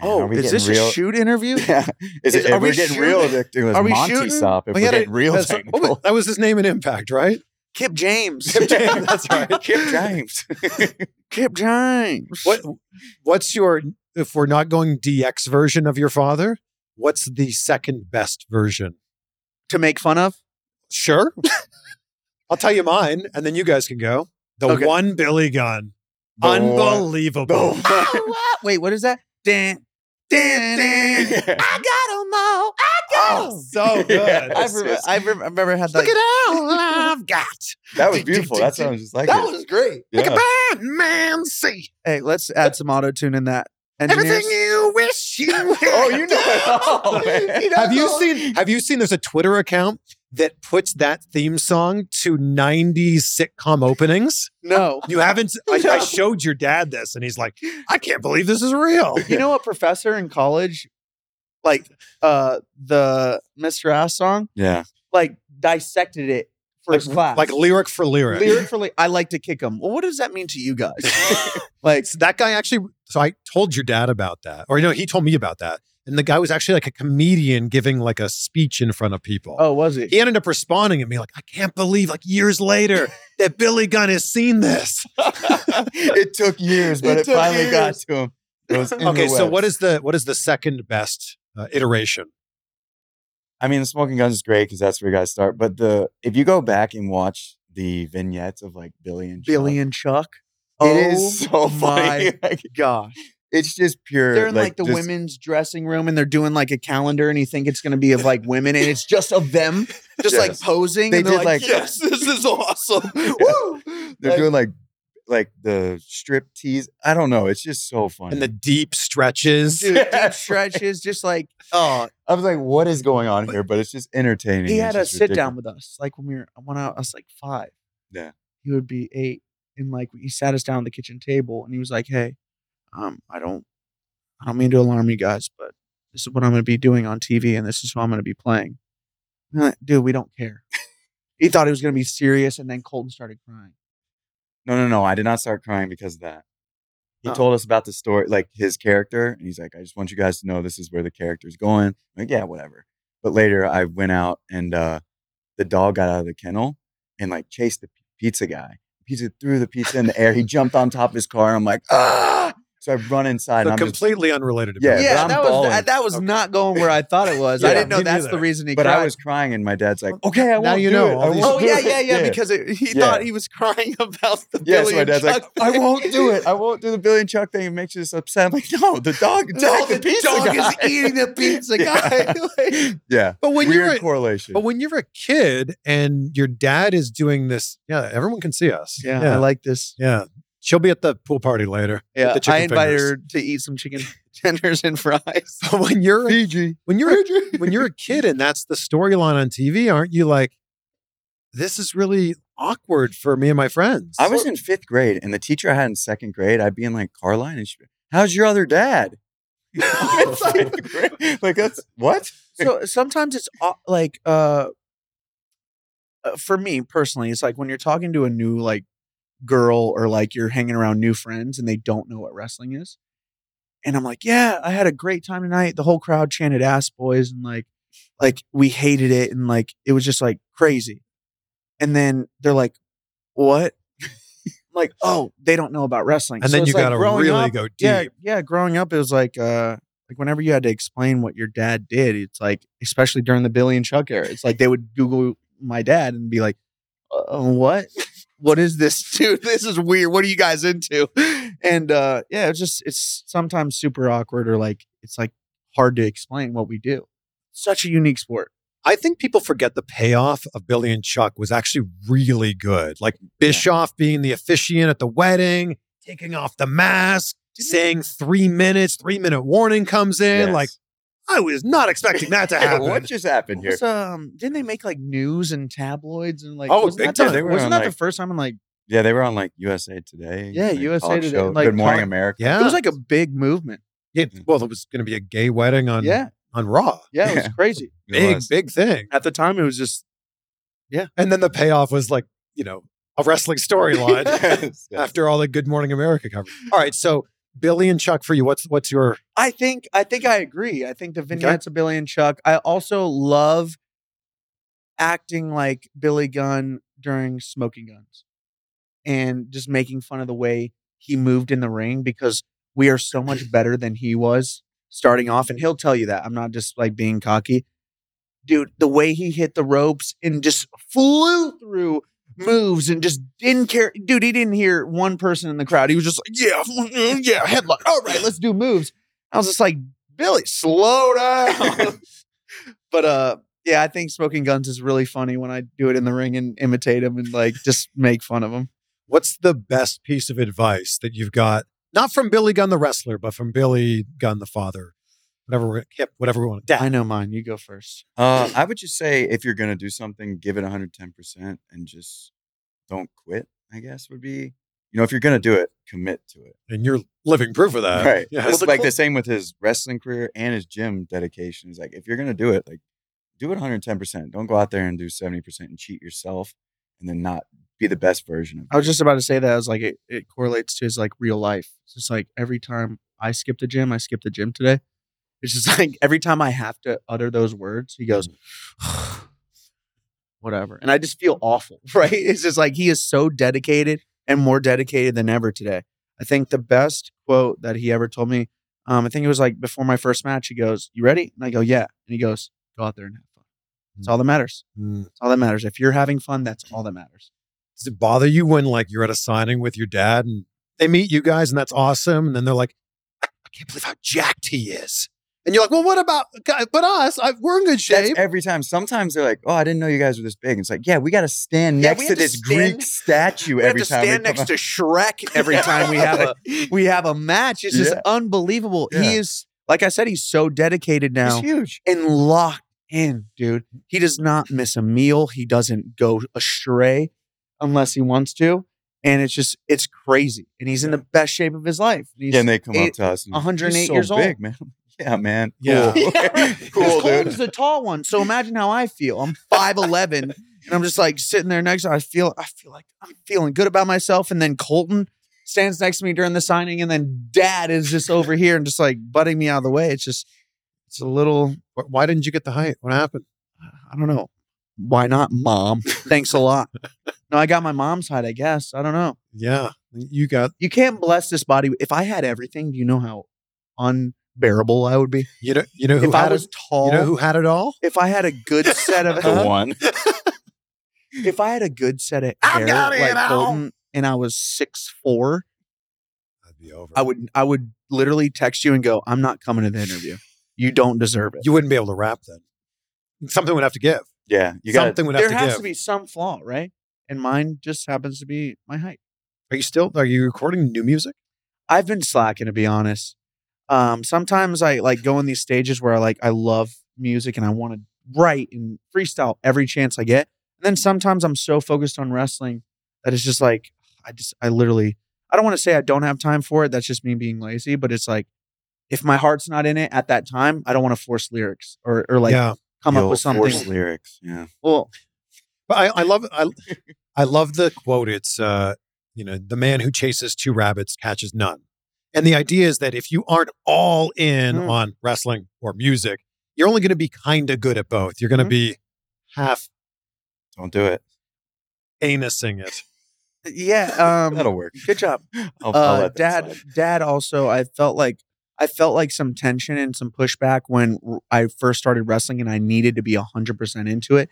[SPEAKER 4] Man,
[SPEAKER 3] Oh,
[SPEAKER 4] are we
[SPEAKER 3] is
[SPEAKER 4] getting
[SPEAKER 3] this
[SPEAKER 4] real?
[SPEAKER 3] a shoot interview?
[SPEAKER 4] Yeah. Is,
[SPEAKER 3] Is-
[SPEAKER 4] it,
[SPEAKER 3] are
[SPEAKER 4] if
[SPEAKER 3] we
[SPEAKER 4] we're getting real
[SPEAKER 3] shooting?
[SPEAKER 4] addictive,
[SPEAKER 3] Are
[SPEAKER 4] are
[SPEAKER 3] we
[SPEAKER 4] we Monty
[SPEAKER 3] shooting?
[SPEAKER 4] Sop. If
[SPEAKER 2] We
[SPEAKER 4] we're
[SPEAKER 2] had a-
[SPEAKER 4] getting real
[SPEAKER 2] that's- what was-
[SPEAKER 3] oh,
[SPEAKER 4] technical.
[SPEAKER 2] that was his name in Impact, right?
[SPEAKER 3] Kip James.
[SPEAKER 4] Kip James,
[SPEAKER 2] that's right.
[SPEAKER 4] Kip James.
[SPEAKER 3] Kip James.
[SPEAKER 2] What what's your if we're not going DX version of your father? What's the second best version?
[SPEAKER 3] To make fun of?
[SPEAKER 2] Sure. I'll tell you mine, and then you guys can go. The
[SPEAKER 3] Okay.
[SPEAKER 2] one Billy gun,
[SPEAKER 4] The one-
[SPEAKER 2] unbelievable.
[SPEAKER 3] Oh, what? Wait, what is that? Dan, dan, dan.
[SPEAKER 4] Yeah.
[SPEAKER 2] Oh, so good.
[SPEAKER 3] I've, re- I've, re- I've never had that.
[SPEAKER 2] Look at all I've got.
[SPEAKER 4] that was beautiful. That sounds just like it.
[SPEAKER 3] great.
[SPEAKER 4] Yeah.
[SPEAKER 2] Man, see
[SPEAKER 3] Hey, let's add some auto tune in that. Engineers.
[SPEAKER 2] you wish you.
[SPEAKER 4] Oh, you know it all, man.
[SPEAKER 2] have you seen? Have you seen? There's a Twitter account that puts that theme song to '90s sitcom openings.
[SPEAKER 3] No.
[SPEAKER 2] You haven't? I, I
[SPEAKER 3] No.
[SPEAKER 2] showed your dad this, and he's like, "I can't believe this is real."
[SPEAKER 3] You know a professor in college, like uh the Mr. Ass song,
[SPEAKER 4] Yeah.
[SPEAKER 3] like dissected it for his class.
[SPEAKER 2] Like lyric for lyric.
[SPEAKER 3] lyric for lyric. I like to kick him. Well, what does that mean to you guys? like,
[SPEAKER 2] So that guy actually. So I told your dad about that, or no, he told me about that, and the guy was actually like a comedian giving like a speech in front of people.
[SPEAKER 3] oh, was it?
[SPEAKER 2] he ended up responding at me like, I can't believe, like years later, that Billy Gunn has seen this.
[SPEAKER 4] it took years, but
[SPEAKER 3] It
[SPEAKER 4] it,
[SPEAKER 3] took
[SPEAKER 4] finally got
[SPEAKER 3] years.
[SPEAKER 4] to him. It was
[SPEAKER 2] Okay, so
[SPEAKER 4] interwebs.
[SPEAKER 2] what is the what is the second best uh, iteration?
[SPEAKER 4] I mean, the smoking guns is great because that's where you guys start. But the if you go back and watch the vignettes of like Billy and Chuck,
[SPEAKER 3] Billy and Chuck.
[SPEAKER 4] it is so funny.
[SPEAKER 3] my
[SPEAKER 4] Like,
[SPEAKER 3] gosh.
[SPEAKER 4] it's just pure.
[SPEAKER 3] They're in like, the
[SPEAKER 4] just-
[SPEAKER 3] women's dressing room and they're doing like a calendar and you think it's going to be of like women and it's just of them just like
[SPEAKER 4] Yes.
[SPEAKER 3] posing.
[SPEAKER 4] They
[SPEAKER 3] and they're
[SPEAKER 4] did,
[SPEAKER 3] like,
[SPEAKER 4] like-
[SPEAKER 3] yes, this is awesome. Woo!
[SPEAKER 4] They're
[SPEAKER 3] Like,
[SPEAKER 4] doing like like the strip tease. I don't know. It's just so funny.
[SPEAKER 2] And the deep stretches.
[SPEAKER 3] dude,
[SPEAKER 4] Yeah.
[SPEAKER 3] deep stretches, just like, oh,
[SPEAKER 4] I was like, what is going on here? But it's just entertaining.
[SPEAKER 3] he
[SPEAKER 4] It's
[SPEAKER 3] had a
[SPEAKER 4] just
[SPEAKER 3] sit down
[SPEAKER 4] ridiculous.
[SPEAKER 3] with us. Like when we were, when I was like five.
[SPEAKER 4] Yeah.
[SPEAKER 3] He would be eight. And like, he sat us down at the kitchen table and he was like, hey, um, I don't, I don't mean to alarm you guys, but this is what I'm going to be doing on TV and this is who I'm going to be playing. And I'm like, Dude, we don't care. he thought he was going to be serious and then Colton started crying.
[SPEAKER 4] No, no, no. I did not start crying because of that. He
[SPEAKER 3] Oh.
[SPEAKER 4] told us about the story, like his character, and he's like, "I just want you guys to know this is where the character's going." I'm like, yeah, whatever. But later, I went out and uh, the dog got out of the kennel and like chased the p- pizza guy. Pizza threw the pizza in the air. He jumped on top of his car. I'm like, ah! So I run inside.
[SPEAKER 2] So
[SPEAKER 4] and I'm just-
[SPEAKER 2] completely unrelated to
[SPEAKER 4] Yeah,
[SPEAKER 2] Billy.
[SPEAKER 4] but
[SPEAKER 3] yeah,
[SPEAKER 4] I'm
[SPEAKER 3] that was
[SPEAKER 4] balling.
[SPEAKER 3] that was
[SPEAKER 2] Okay.
[SPEAKER 3] not going where I thought it was. I
[SPEAKER 4] Yeah,
[SPEAKER 3] didn't know
[SPEAKER 2] me
[SPEAKER 3] that's the
[SPEAKER 2] neither.
[SPEAKER 3] reason he
[SPEAKER 4] but
[SPEAKER 3] cried.
[SPEAKER 4] I was crying, and my dad's like, "Okay, I
[SPEAKER 2] Oh, Now
[SPEAKER 4] won't
[SPEAKER 2] you
[SPEAKER 4] do
[SPEAKER 2] know
[SPEAKER 4] it.
[SPEAKER 2] all
[SPEAKER 4] I
[SPEAKER 2] these-
[SPEAKER 4] won't
[SPEAKER 3] Oh
[SPEAKER 4] do
[SPEAKER 3] yeah,
[SPEAKER 4] it."
[SPEAKER 3] yeah, yeah, Because it, he
[SPEAKER 4] Yeah.
[SPEAKER 3] thought he was crying about the
[SPEAKER 4] Yeah,
[SPEAKER 3] Billy
[SPEAKER 4] so my
[SPEAKER 3] and
[SPEAKER 4] dad's like,
[SPEAKER 3] Chuck
[SPEAKER 4] I
[SPEAKER 3] thing.
[SPEAKER 4] won't do it. I won't do the Billy and Chuck thing. It makes you just upset. I'm like, no, the dog attacked
[SPEAKER 3] No,
[SPEAKER 4] the,
[SPEAKER 3] the
[SPEAKER 4] pizza
[SPEAKER 3] dog
[SPEAKER 4] guy.
[SPEAKER 3] is eating the pizza guy.
[SPEAKER 4] Yeah.
[SPEAKER 3] Like,
[SPEAKER 4] yeah.
[SPEAKER 2] But when
[SPEAKER 4] Weird
[SPEAKER 2] you're a,
[SPEAKER 4] correlation.
[SPEAKER 2] but when you're a kid and your dad is doing this, yeah, everyone can see us.
[SPEAKER 3] yeah, I
[SPEAKER 2] yeah.
[SPEAKER 3] like this.
[SPEAKER 2] Yeah. She'll be at the pool party later.
[SPEAKER 3] Yeah,
[SPEAKER 2] the chicken
[SPEAKER 3] I invited
[SPEAKER 2] fingers.
[SPEAKER 3] her to eat some chicken tenders and fries.
[SPEAKER 2] But when you're a-
[SPEAKER 4] Fiji.
[SPEAKER 2] when you're a when you're a kid and that's the storyline on TV, aren't you like, this is really awkward for me and my friends?
[SPEAKER 4] I was in fifth grade, and the teacher I had in second grade, I'd be in like Carline, and she'd be, "How's your other dad?" I'm in fifth grade. Like that's what?
[SPEAKER 3] so sometimes it's au- like uh uh, for me personally it's like when you're talking to a new like girl or like you're hanging around new friends and they don't know what wrestling is and i'm like yeah i had a great time tonight the whole crowd chanted ass boys and like like we hated it and like it was just like crazy and then they're like what I'm like oh they don't know about wrestling
[SPEAKER 2] and
[SPEAKER 3] So
[SPEAKER 2] then
[SPEAKER 3] it's
[SPEAKER 2] you
[SPEAKER 3] like
[SPEAKER 2] got to
[SPEAKER 3] growing
[SPEAKER 2] really
[SPEAKER 3] up,
[SPEAKER 2] go deep.
[SPEAKER 3] yeah, yeah. Growing up, it was like uh like whenever you had to explain what your dad did, it's like especially during the Billy and Chuck era, it's like they would Google my dad and be like, uh, "What? What is this, dude? This is weird. What are you guys into?" And uh yeah, it's just it's sometimes super awkward or like it's like hard to explain what we do. Such a unique sport.
[SPEAKER 2] I think people forget the payoff of Billy and Chuck was actually really good. Like Bischoff being the officiant at the wedding, taking off the mask, saying three minutes, three minute warning comes in.
[SPEAKER 4] Yes.
[SPEAKER 2] Like, I was not expecting that to happen.
[SPEAKER 4] what just happened
[SPEAKER 3] What
[SPEAKER 4] here?
[SPEAKER 3] was, um, didn't they make like news and tabloids and like?
[SPEAKER 2] Oh,
[SPEAKER 3] wasn't
[SPEAKER 2] big
[SPEAKER 3] that
[SPEAKER 2] time.
[SPEAKER 3] The,
[SPEAKER 4] They were
[SPEAKER 3] wasn't
[SPEAKER 4] on,
[SPEAKER 3] that the
[SPEAKER 4] like-
[SPEAKER 3] first time in like?
[SPEAKER 4] Yeah, they were on like USA Today.
[SPEAKER 3] Yeah,
[SPEAKER 4] like,
[SPEAKER 3] USA
[SPEAKER 4] talk
[SPEAKER 3] Today,
[SPEAKER 4] show.
[SPEAKER 3] like,
[SPEAKER 4] Good Morning
[SPEAKER 3] talk-
[SPEAKER 4] America.
[SPEAKER 2] yeah.
[SPEAKER 3] It was like a big movement.
[SPEAKER 2] Yeah, well, it was going to be a gay wedding on,
[SPEAKER 3] Yeah,
[SPEAKER 2] on Raw.
[SPEAKER 3] yeah, it was
[SPEAKER 4] Yeah.
[SPEAKER 3] crazy.
[SPEAKER 4] It
[SPEAKER 2] Big,
[SPEAKER 4] was.
[SPEAKER 2] big thing.
[SPEAKER 3] At the time, it was just
[SPEAKER 2] And then the payoff was like, you know, a wrestling storyline.
[SPEAKER 4] Yes, yes.
[SPEAKER 2] after all the Good Morning America coverage. All right, so Billy and Chuck for you. What's what's your
[SPEAKER 3] I think I think I agree. I think the vignettes of Billy and Chuck. I also love acting like Billy Gunn during Smoking Guns, and just making fun of the way he moved in the ring because we are so much better than he was starting off, and he'll tell you that. I'm not just like being cocky, dude. The way he hit the ropes and just flew through moves and just didn't care. Dude, he didn't hear one person in the crowd. He was just like, yeah, mm, yeah, headlock. All right, let's do moves. I was just like, Billy, slow down. but uh, yeah, I think smoking guns is really funny when I do it in the ring and imitate him and like just make fun of him.
[SPEAKER 2] What's the best piece of advice that you've got, not from Billy Gunn the wrestler, but from Billy Gunn the father, whatever, we- yep, whatever we want. Dad.
[SPEAKER 3] I know mine. You go first.
[SPEAKER 4] Uh, I would just say if you're gonna do something, give it 110 percent and just don't quit. I guess would be you know if you're gonna do it, commit to it.
[SPEAKER 2] and you're living proof of that,
[SPEAKER 4] right.
[SPEAKER 2] Uh, Yeah.
[SPEAKER 4] It's like the same with his wrestling career and his gym dedication. Is like if you're gonna do it, like do it 110 percent. Don't go out there and do 70 percent and cheat yourself, and then not be the best version of.
[SPEAKER 3] I was just about to say that. I was like, it, it correlates to his like real life. It's just like every time I skip the gym, I skip the gym today. It's just like every time I have to utter those words, he goes, whatever. And I just feel awful, right? It's just like he is so dedicated and more dedicated than ever today. I think the best quote that he ever told me, um, I think it was like before my first match, he goes, You ready? And I go, Yeah. And he goes, Go out there and have fun. That's all that matters.
[SPEAKER 2] Mm.
[SPEAKER 3] That's all that matters. If you're having fun, that's all that matters.
[SPEAKER 2] Does it bother you when like you're at a signing with your dad and they meet you guys and that's awesome, and then they're like, I, I can't believe how jacked he is, and you're like, well, what about guy- but us? I, we're in good
[SPEAKER 4] That's
[SPEAKER 2] shape.
[SPEAKER 4] every time. Sometimes they're like, "Oh, I didn't know you guys were this big." It's like, yeah, we got to stand
[SPEAKER 3] Yeah,
[SPEAKER 4] next
[SPEAKER 3] we
[SPEAKER 4] to
[SPEAKER 3] have to
[SPEAKER 4] this
[SPEAKER 3] stand-
[SPEAKER 4] Greek statue
[SPEAKER 3] We
[SPEAKER 4] every
[SPEAKER 3] have to
[SPEAKER 4] time. we
[SPEAKER 3] stand
[SPEAKER 4] come
[SPEAKER 3] next
[SPEAKER 4] out."
[SPEAKER 3] to Shrek every time we have a we have a match. It's just
[SPEAKER 4] Yeah.
[SPEAKER 3] unbelievable.
[SPEAKER 4] Yeah.
[SPEAKER 3] He is like I said, he's so dedicated now
[SPEAKER 4] It's huge.
[SPEAKER 3] and locked in, dude. He does not miss a meal. He doesn't go astray unless he wants to. And it's just it's crazy. And he's in the best shape of his life. And he's
[SPEAKER 4] Yeah, and they come
[SPEAKER 3] eight-
[SPEAKER 4] up to us. and like,
[SPEAKER 3] 108
[SPEAKER 4] "You're so
[SPEAKER 3] years old."
[SPEAKER 4] big, man. Yeah, man.
[SPEAKER 2] Yeah.
[SPEAKER 4] Cool. cool,
[SPEAKER 3] Colton's the
[SPEAKER 4] dude.
[SPEAKER 3] tall one. So imagine how I feel. I'm 5'11 and I'm just like sitting there next to I feel I feel like I'm feeling good about myself. And then Colton stands next to me during the signing, and then dad is just over here and just like butting me out of the way. It's just it's a little
[SPEAKER 2] Wh- Why didn't you get the height? What happened?
[SPEAKER 3] I don't know. Why not, mom? Thanks a lot. No, I got my mom's height, I guess. I don't know.
[SPEAKER 2] Yeah, you got
[SPEAKER 3] You can't bless this body. If I had everything, do you know how unbearable I would be?
[SPEAKER 2] you know you know who
[SPEAKER 3] If
[SPEAKER 2] had
[SPEAKER 3] I was
[SPEAKER 2] it.
[SPEAKER 3] tall,
[SPEAKER 2] You know who had it all?
[SPEAKER 3] if I had a good set of
[SPEAKER 4] The one.
[SPEAKER 3] if I had a good set of
[SPEAKER 2] I
[SPEAKER 3] hair
[SPEAKER 2] got it
[SPEAKER 3] like
[SPEAKER 2] all.
[SPEAKER 3] Colton, and I was six four,
[SPEAKER 2] That'd be over.
[SPEAKER 3] I would I would literally text you and go, "I'm not coming to the interview. You don't deserve it."
[SPEAKER 2] You wouldn't be able to rap then. Something would have to give.
[SPEAKER 4] Yeah, you got
[SPEAKER 2] Something would have
[SPEAKER 3] there
[SPEAKER 2] to
[SPEAKER 3] has
[SPEAKER 2] give.
[SPEAKER 3] to be some flaw, right? And mine just happens to be my height.
[SPEAKER 2] Are you still? Are you recording new music?
[SPEAKER 3] I've been slacking to be honest. Um, sometimes I like go in these stages where I like I love music and I want to write and freestyle every chance I get. And then sometimes I'm so focused on wrestling that it's just like I just I literally I don't want to say I don't have time for it. That's just me being lazy. But it's like if my heart's not in it at that time, I don't want to force lyrics or or like
[SPEAKER 2] yeah,
[SPEAKER 3] come
[SPEAKER 4] the
[SPEAKER 3] up
[SPEAKER 4] old
[SPEAKER 3] with
[SPEAKER 4] forced
[SPEAKER 3] something.
[SPEAKER 4] lyrics. Yeah,
[SPEAKER 3] Well,
[SPEAKER 2] but I, I love I, I love the quote. It's uh, you know, the man who chases two rabbits catches none, and the idea is that if you aren't all in
[SPEAKER 3] Mm.
[SPEAKER 2] on wrestling or music, you're only going to be kind of good at both. You're going to
[SPEAKER 3] Mhm.
[SPEAKER 2] be half
[SPEAKER 4] don't do it.
[SPEAKER 2] anusing it.
[SPEAKER 3] yeah. Um,
[SPEAKER 4] That'll work.
[SPEAKER 3] good job.
[SPEAKER 4] I'll, I'll
[SPEAKER 3] uh,
[SPEAKER 4] let that
[SPEAKER 3] dad
[SPEAKER 4] slide.
[SPEAKER 3] dad also i felt like i felt like some tension and some pushback when r- i first started wrestling and i needed to be 100% into it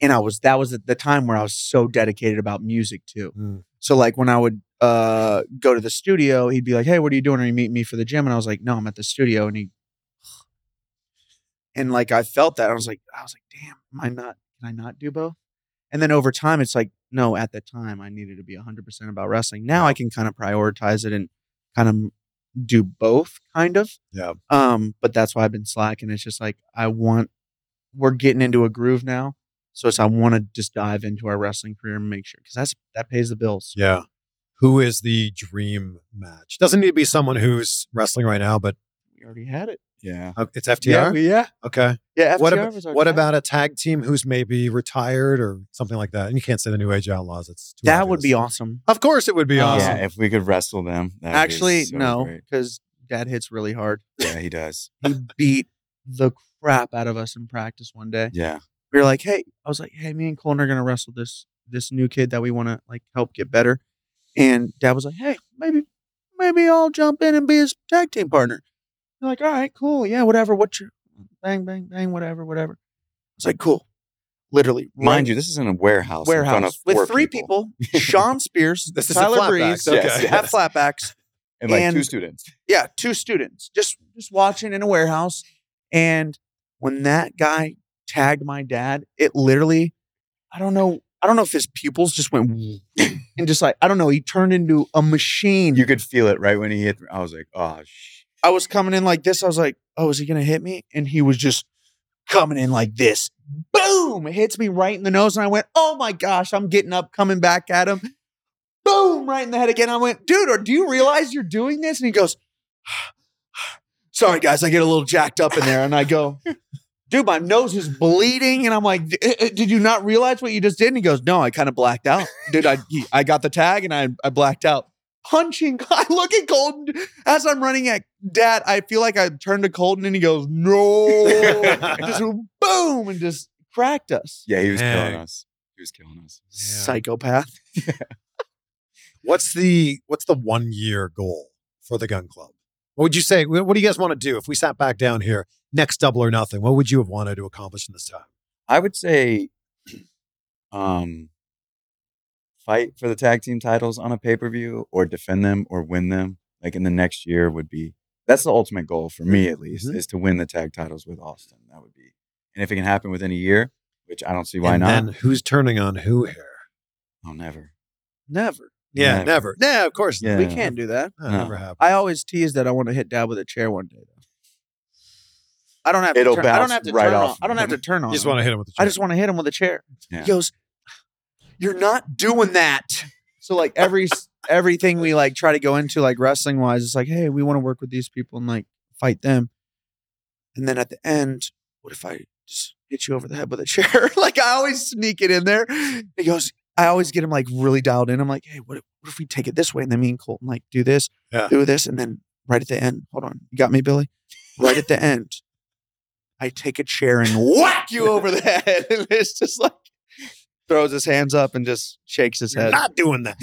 [SPEAKER 3] and i was that was at the time where i was so dedicated about music too
[SPEAKER 2] Mm.
[SPEAKER 3] so like when i would uh go to the studio he'd be like hey what are you doing are you meeting me for the gym and i was like no i'm at the studio and he and like i felt that i was like i was like damn am i not can i not do both and then over time, it's like, no, at the time, I needed to be 100% about wrestling. Now I can kind of prioritize it and kind of do both, kind of.
[SPEAKER 2] Yeah.
[SPEAKER 3] Um, but that's why I've been slacking. It's just like, I want, we're getting into a groove now. So it's, I want to just dive into our wrestling career and make sure, because that's, that pays the bills.
[SPEAKER 2] Yeah. Who is the dream match? Doesn't need to be someone who's wrestling right now, but
[SPEAKER 3] We already had it.
[SPEAKER 4] Yeah,
[SPEAKER 2] uh, it's FTR.
[SPEAKER 3] Yeah. we- yeah.
[SPEAKER 2] okay.
[SPEAKER 3] Yeah.
[SPEAKER 2] what
[SPEAKER 3] FTR
[SPEAKER 2] about
[SPEAKER 3] was our
[SPEAKER 2] what
[SPEAKER 3] tag.
[SPEAKER 2] about a tag team who's maybe retired or something like that? And you can't say the New Age Outlaws. It's too
[SPEAKER 3] that would
[SPEAKER 2] obvious.
[SPEAKER 3] be awesome.
[SPEAKER 2] Of course, it would be
[SPEAKER 3] Yeah.
[SPEAKER 2] awesome.
[SPEAKER 4] yeah. If we could wrestle them, that would be
[SPEAKER 3] Actually,
[SPEAKER 4] so
[SPEAKER 3] no,
[SPEAKER 4] great.
[SPEAKER 3] because dad hits really hard.
[SPEAKER 4] Yeah, he does.
[SPEAKER 3] He beat the crap out of us in practice one day.
[SPEAKER 4] Yeah,
[SPEAKER 3] we were like, hey, I was like, hey, me and Colin are gonna wrestle this this new kid that we want to like help get better. And Dad was like, hey, maybe maybe I'll jump in and be his tag team partner. They're like, all right, cool, yeah, whatever. What's your bang bang bang, whatever, whatever. I was like, cool. literally.
[SPEAKER 4] Mind
[SPEAKER 3] right-
[SPEAKER 4] you, this is in a warehouse. in front
[SPEAKER 3] warehouse
[SPEAKER 4] of four
[SPEAKER 3] with three people. Sean Spears,
[SPEAKER 2] This is a
[SPEAKER 3] Tyler
[SPEAKER 2] flatback.
[SPEAKER 3] Breeze,
[SPEAKER 2] Okay.
[SPEAKER 4] Yes,
[SPEAKER 3] have
[SPEAKER 4] yes.
[SPEAKER 3] flatbacks.
[SPEAKER 4] and like two
[SPEAKER 3] and-
[SPEAKER 4] students.
[SPEAKER 3] Yeah, two students just just watching in a warehouse. And when that guy tagged my dad, it literally, I don't know, I don't know if his pupils just went and just like I don't know, he turned into a machine.
[SPEAKER 4] You could feel it right when he hit. I was like, oh, sh-.
[SPEAKER 3] I was coming in like this. I was like, oh, is he gonna hit me? And he was just coming in like this. Boom! It hits me right in the nose, and I went, oh my gosh, I'm getting up, coming back at him. Boom! Right in the head again. I went, dude, or do you realize you're doing this? And he goes, sorry guys, I get a little jacked up in there, and I go. Dude, my nose is bleeding, and I'm like, "D- uh, "Did you not realize what you just did?" And he goes, "No, I kind of blacked out, dude. I I got the tag, and I I blacked out." Punching, I look at Colton as I'm running at Dad, I feel like I turned to Colton and he goes, No. just boom and just cracked us.
[SPEAKER 4] yeah, he was
[SPEAKER 2] Dang.
[SPEAKER 4] killing us. He was killing us.
[SPEAKER 3] Psychopath.
[SPEAKER 2] What's the what's the one year goal for the gun club? What would you say? What what do you guys want to do if we sat back down here next double or nothing? What would you have wanted to accomplish in this time?
[SPEAKER 4] I would say, um, fight for the tag team titles on a pay per view, or defend them, or win them. Like in the next year would be that's the ultimate goal for me at least
[SPEAKER 2] Mm-hmm.
[SPEAKER 4] is to win the tag titles with Austin. That would be, and if it can happen within a year, which I don't see why
[SPEAKER 2] and
[SPEAKER 4] not.
[SPEAKER 2] Then who's turning on who here?
[SPEAKER 4] I'll never.
[SPEAKER 3] Never.
[SPEAKER 2] Yeah,
[SPEAKER 4] Never.
[SPEAKER 2] never. Yeah, of course. not.
[SPEAKER 4] Yeah,
[SPEAKER 3] We can't do that.
[SPEAKER 2] That
[SPEAKER 4] No.
[SPEAKER 2] never happened.
[SPEAKER 3] I always tease that I want to hit dad with a chair one day though. I don't have to
[SPEAKER 4] It'll
[SPEAKER 3] turn, I don't
[SPEAKER 4] bounce
[SPEAKER 3] have to
[SPEAKER 4] right
[SPEAKER 3] turn
[SPEAKER 4] off
[SPEAKER 3] on. I don't have to turn on.
[SPEAKER 2] You just
[SPEAKER 3] him.
[SPEAKER 2] want to hit him with the.
[SPEAKER 3] I just want to hit him with a chair.
[SPEAKER 4] Yeah.
[SPEAKER 3] He goes, You're not doing that. So like every everything we like try to go into like wrestling wise, it's like, hey, we want to work with these people and like fight them. And then at the end, what if I just hit you over the head with a chair? like I always sneak it in there. He goes, I always get him like really dialed in. I'm like, hey, what if, what if we take it this way? And then me and Colton like do this,
[SPEAKER 2] Yeah.
[SPEAKER 3] do this, and then right at the end, hold on, you got me, Billy? Right at the end, I take a chair and whack you over the head. And it's just like throws his hands up and just shakes his
[SPEAKER 2] You're
[SPEAKER 3] head.
[SPEAKER 2] not doing that.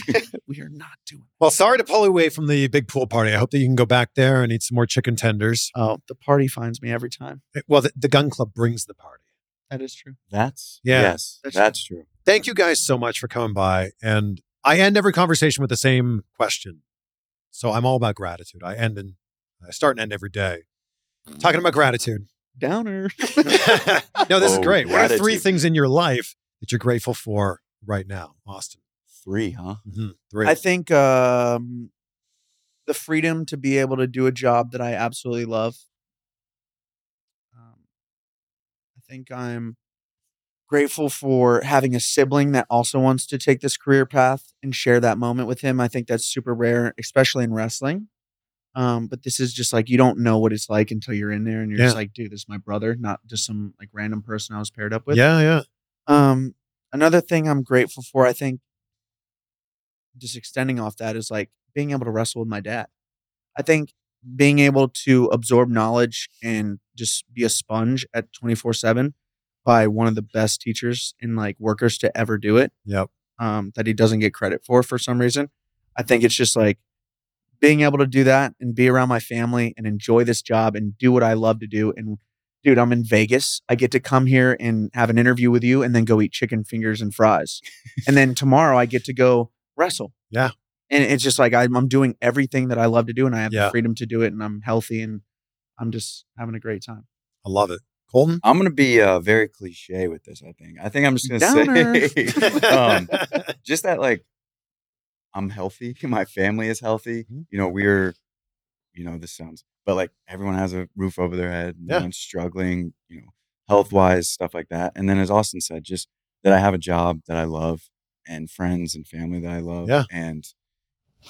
[SPEAKER 3] we are not doing.
[SPEAKER 2] Well, sorry to pull you away from the big pool party. I hope that you can go back there and eat some more chicken tenders.
[SPEAKER 3] Oh, the party finds me every time.
[SPEAKER 2] Well, the, the gun club brings the party.
[SPEAKER 3] That is true.
[SPEAKER 4] That's
[SPEAKER 2] Yeah.
[SPEAKER 4] yes,
[SPEAKER 3] That's
[SPEAKER 4] that's,
[SPEAKER 3] true.
[SPEAKER 4] true.
[SPEAKER 2] Thank you guys so much for coming by. And I end every conversation with the same question. So I'm all about gratitude. I end and I start and end every day talking about gratitude.
[SPEAKER 3] Downer.
[SPEAKER 2] No, this is
[SPEAKER 4] Oh,
[SPEAKER 2] great. What are three
[SPEAKER 4] gratitude.
[SPEAKER 2] things in your life that you're grateful for right now, Austin?
[SPEAKER 4] Three, huh?
[SPEAKER 2] hmm Three.
[SPEAKER 3] I think um, the freedom to be able to do a job that I absolutely love. Um, I think I'm grateful for having a sibling that also wants to take this career path and share that moment with him. I think that's super rare, especially in wrestling. Um, but this is just like you don't know what it's like until you're in there and you're just
[SPEAKER 2] Yeah.
[SPEAKER 3] like, dude, this is my brother, not just some like random person I was paired up with.
[SPEAKER 2] yeah, yeah.
[SPEAKER 3] Um, another thing I'm grateful for, I think, just extending off that is like being able to wrestle with my dad. I think being able to absorb knowledge and just be a sponge at 24 7 by one of the best teachers and like workers to ever do it
[SPEAKER 2] Yep.
[SPEAKER 3] um, that he doesn't get credit for for some reason. I think it's just like being able to do that and be around my family and enjoy this job and do what I love to do. And dude, I'm in Vegas. I get to come here and have an interview with you and then go eat chicken fingers and fries. and then tomorrow I get to go wrestle.
[SPEAKER 2] Yeah.
[SPEAKER 3] And it's just like I'm, I'm doing everything that I love to do and I have
[SPEAKER 2] Yeah.
[SPEAKER 3] the freedom to do it and I'm healthy and I'm just having a great time.
[SPEAKER 2] I love it. Colton?
[SPEAKER 4] I'm gonna be uh, very cliche with this. I think. I think I'm just gonna say um, just that like I'm healthy. My family is healthy.
[SPEAKER 2] Mhm.
[SPEAKER 4] You know, we're you know this sounds, but like everyone has a roof over their head. No
[SPEAKER 2] Yeah.
[SPEAKER 4] one's struggling. You know, health wise stuff like that. And then as Austin said, just that I have a job that I love and friends and family that I love.
[SPEAKER 2] Yeah.
[SPEAKER 4] And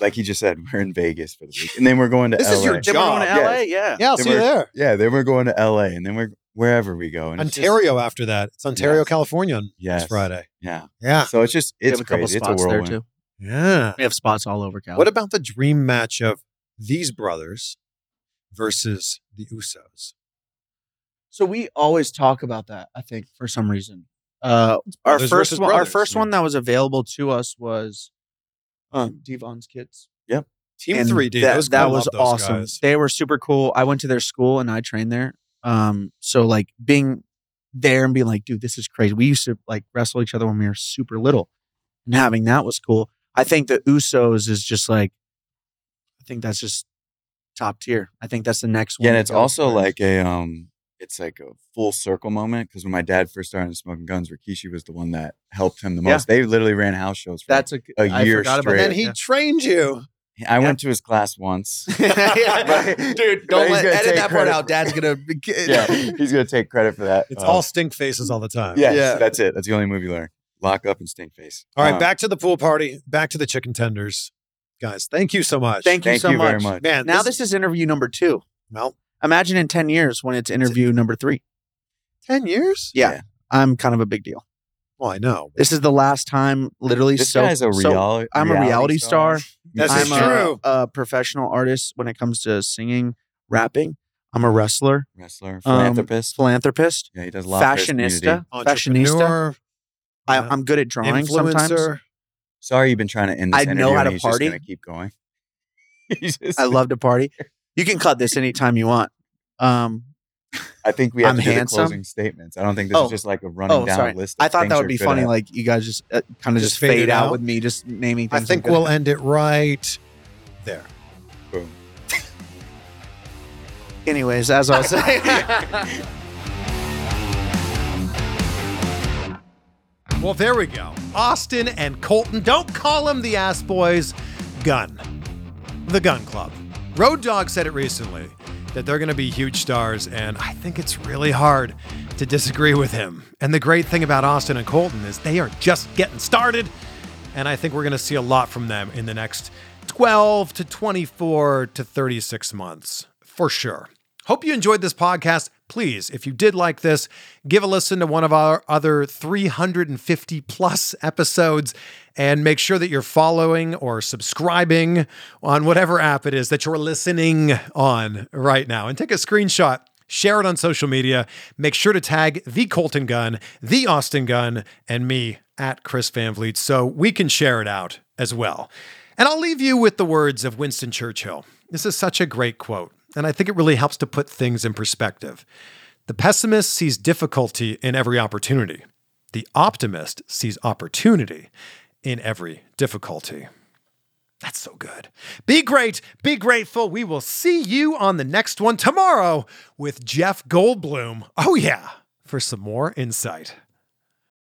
[SPEAKER 4] like he just said, we're in Vegas for the week, and then we're going to
[SPEAKER 2] This
[SPEAKER 4] LA.
[SPEAKER 2] is your
[SPEAKER 3] Then we're going to
[SPEAKER 2] Job,
[SPEAKER 3] LA, yeah.
[SPEAKER 2] yeah, I'll see you there.
[SPEAKER 4] Yeah, then we're going to LA, and then we're wherever we go. And it's just-
[SPEAKER 2] Ontario after that. It's Ontario,
[SPEAKER 4] Yes.
[SPEAKER 2] California on
[SPEAKER 4] Yes.
[SPEAKER 2] this Friday.
[SPEAKER 4] yeah.
[SPEAKER 2] Yeah.
[SPEAKER 4] So it's just
[SPEAKER 3] We have
[SPEAKER 4] it's crazy. It's a whirlwind.
[SPEAKER 2] Yeah.
[SPEAKER 3] We have spots all over California.
[SPEAKER 2] What about the dream match of these brothers versus the Usos?
[SPEAKER 3] So we always talk about that. I think for some reason, uh, our
[SPEAKER 2] brothers
[SPEAKER 3] first
[SPEAKER 2] versus
[SPEAKER 3] one, our
[SPEAKER 2] brothers,
[SPEAKER 3] first
[SPEAKER 2] yeah.
[SPEAKER 3] one that was available to us was um, Devon's kids.
[SPEAKER 2] Team
[SPEAKER 3] And
[SPEAKER 2] 3D.
[SPEAKER 3] That,
[SPEAKER 2] Those- I
[SPEAKER 3] that
[SPEAKER 2] love
[SPEAKER 3] was
[SPEAKER 2] those
[SPEAKER 3] awesome.
[SPEAKER 2] guys.
[SPEAKER 3] They were super cool. I went to their school and I trained there. Um, so like being there and being like, dude, this is crazy. We used to like wrestle each other when we were super little, and having that was cool. I think the Usos is just like, I think that's just top tier. I think that's the next one.
[SPEAKER 4] Yeah, and
[SPEAKER 3] that
[SPEAKER 4] it's
[SPEAKER 3] goes
[SPEAKER 4] also
[SPEAKER 3] first.
[SPEAKER 4] like a um, it's like a full circle moment because when my dad first started smoking guns, Rikishi was the one that helped him the
[SPEAKER 3] Yeah.
[SPEAKER 4] most. They literally ran house shows. For
[SPEAKER 3] that's a,
[SPEAKER 4] a
[SPEAKER 3] I
[SPEAKER 4] year
[SPEAKER 3] forgot about
[SPEAKER 4] straight.
[SPEAKER 3] that.
[SPEAKER 4] And
[SPEAKER 3] Yeah.
[SPEAKER 2] trained you.
[SPEAKER 4] I went to his class once.
[SPEAKER 3] Yeah. Dude,
[SPEAKER 4] Right. Right,
[SPEAKER 3] don't
[SPEAKER 4] he's
[SPEAKER 3] let,
[SPEAKER 4] gonna
[SPEAKER 3] edit
[SPEAKER 4] take
[SPEAKER 3] that part
[SPEAKER 4] credit
[SPEAKER 3] out.
[SPEAKER 4] for-
[SPEAKER 3] Dad's gonna.
[SPEAKER 4] yeah, he's gonna take credit for that.
[SPEAKER 2] It's
[SPEAKER 4] Uh,
[SPEAKER 2] all stink faces all the time.
[SPEAKER 4] Yes,
[SPEAKER 3] Yeah.
[SPEAKER 4] that's it. That's the only movie you learn. Lock up and stink face.
[SPEAKER 2] All right,
[SPEAKER 4] Um,
[SPEAKER 2] back to the pool party, back to the chicken tenders. Guys, thank you so much.
[SPEAKER 3] Thank you
[SPEAKER 4] Thank
[SPEAKER 3] so
[SPEAKER 4] you
[SPEAKER 3] much.
[SPEAKER 4] very much.
[SPEAKER 2] Man,
[SPEAKER 3] Now this is interview number two.
[SPEAKER 2] well,
[SPEAKER 3] Imagine in ten years when it's interview number three.
[SPEAKER 2] 10 years?
[SPEAKER 3] Yeah.
[SPEAKER 4] Yeah.
[SPEAKER 3] I'm kind of a big deal.
[SPEAKER 2] Well, I know.
[SPEAKER 3] This is the last time, literally.
[SPEAKER 4] This
[SPEAKER 3] so,
[SPEAKER 4] guy's a
[SPEAKER 3] so
[SPEAKER 4] reality.
[SPEAKER 3] I'm a reality
[SPEAKER 2] This
[SPEAKER 3] I'm
[SPEAKER 2] is
[SPEAKER 3] a,
[SPEAKER 2] true.
[SPEAKER 3] a professional artist when it comes to singing, rapping. I'm a wrestler,
[SPEAKER 4] Wrestler,
[SPEAKER 3] um,
[SPEAKER 4] philanthropist.
[SPEAKER 3] philanthropist,
[SPEAKER 4] yeah, he does a lot. for his
[SPEAKER 3] fashionista,
[SPEAKER 4] community.
[SPEAKER 3] fashionista.
[SPEAKER 2] Entrepreneur,
[SPEAKER 3] I,
[SPEAKER 2] yeah.
[SPEAKER 3] I'm good at drawing sometimes.
[SPEAKER 2] influencer.
[SPEAKER 4] Sorry, you've been trying to end this
[SPEAKER 3] I
[SPEAKER 4] interview.
[SPEAKER 3] know how
[SPEAKER 4] and
[SPEAKER 3] to
[SPEAKER 4] he's
[SPEAKER 3] party.
[SPEAKER 4] Just gonna keep going. He's just-
[SPEAKER 3] I love to party. You can cut this anytime you want. Um,
[SPEAKER 4] I think we have
[SPEAKER 3] I'm
[SPEAKER 4] to do the
[SPEAKER 3] handsome.
[SPEAKER 4] closing statements. I don't think this
[SPEAKER 3] Oh.
[SPEAKER 4] is just like a running
[SPEAKER 3] oh,
[SPEAKER 4] down
[SPEAKER 3] sorry.
[SPEAKER 4] list. Of
[SPEAKER 3] I thought
[SPEAKER 4] things
[SPEAKER 3] that
[SPEAKER 4] you're
[SPEAKER 3] would be
[SPEAKER 4] good
[SPEAKER 3] funny.
[SPEAKER 4] at.
[SPEAKER 3] Like you guys just uh, kind of
[SPEAKER 2] Just
[SPEAKER 3] just,
[SPEAKER 2] fade
[SPEAKER 3] fade,
[SPEAKER 2] it
[SPEAKER 3] out
[SPEAKER 2] out.
[SPEAKER 3] with me just naming.
[SPEAKER 2] I
[SPEAKER 3] Things
[SPEAKER 2] think
[SPEAKER 3] I'm good
[SPEAKER 2] we'll
[SPEAKER 3] at.
[SPEAKER 2] end it right there.
[SPEAKER 4] Boom.
[SPEAKER 3] Anyways, as I was saying.
[SPEAKER 2] Well, there we go. Austin and Colton. Don't call him the Ass Boys. Gun. The Gun Club. Road Dog said it recently that they're going to be huge stars, and I think it's really hard to disagree with him. And the great thing about Austin and Colton is they are just getting started, and I think we're going to see a lot from them in the next 12 to 24 to 36 months for sure. Hope you enjoyed this podcast. Please, if you did like this, give a listen to one of our other 350 plus episodes and make sure that you're following or subscribing on whatever app it is that you're listening on right now. And take a screenshot, share it on social media. Make sure to tag the Colton Gun, the Austin Gun, and me at Chris Van Vliet so we can share it out as well. And I'll leave you with the words of Winston Churchill. This is such a great quote, and I think it really helps to put things in perspective. The pessimist sees difficulty in every opportunity, the optimist sees opportunity in every difficulty. That's so good. Be great. Be grateful. We will see you on the next one tomorrow with Jeff Goldblum. Oh, yeah, for some more insight.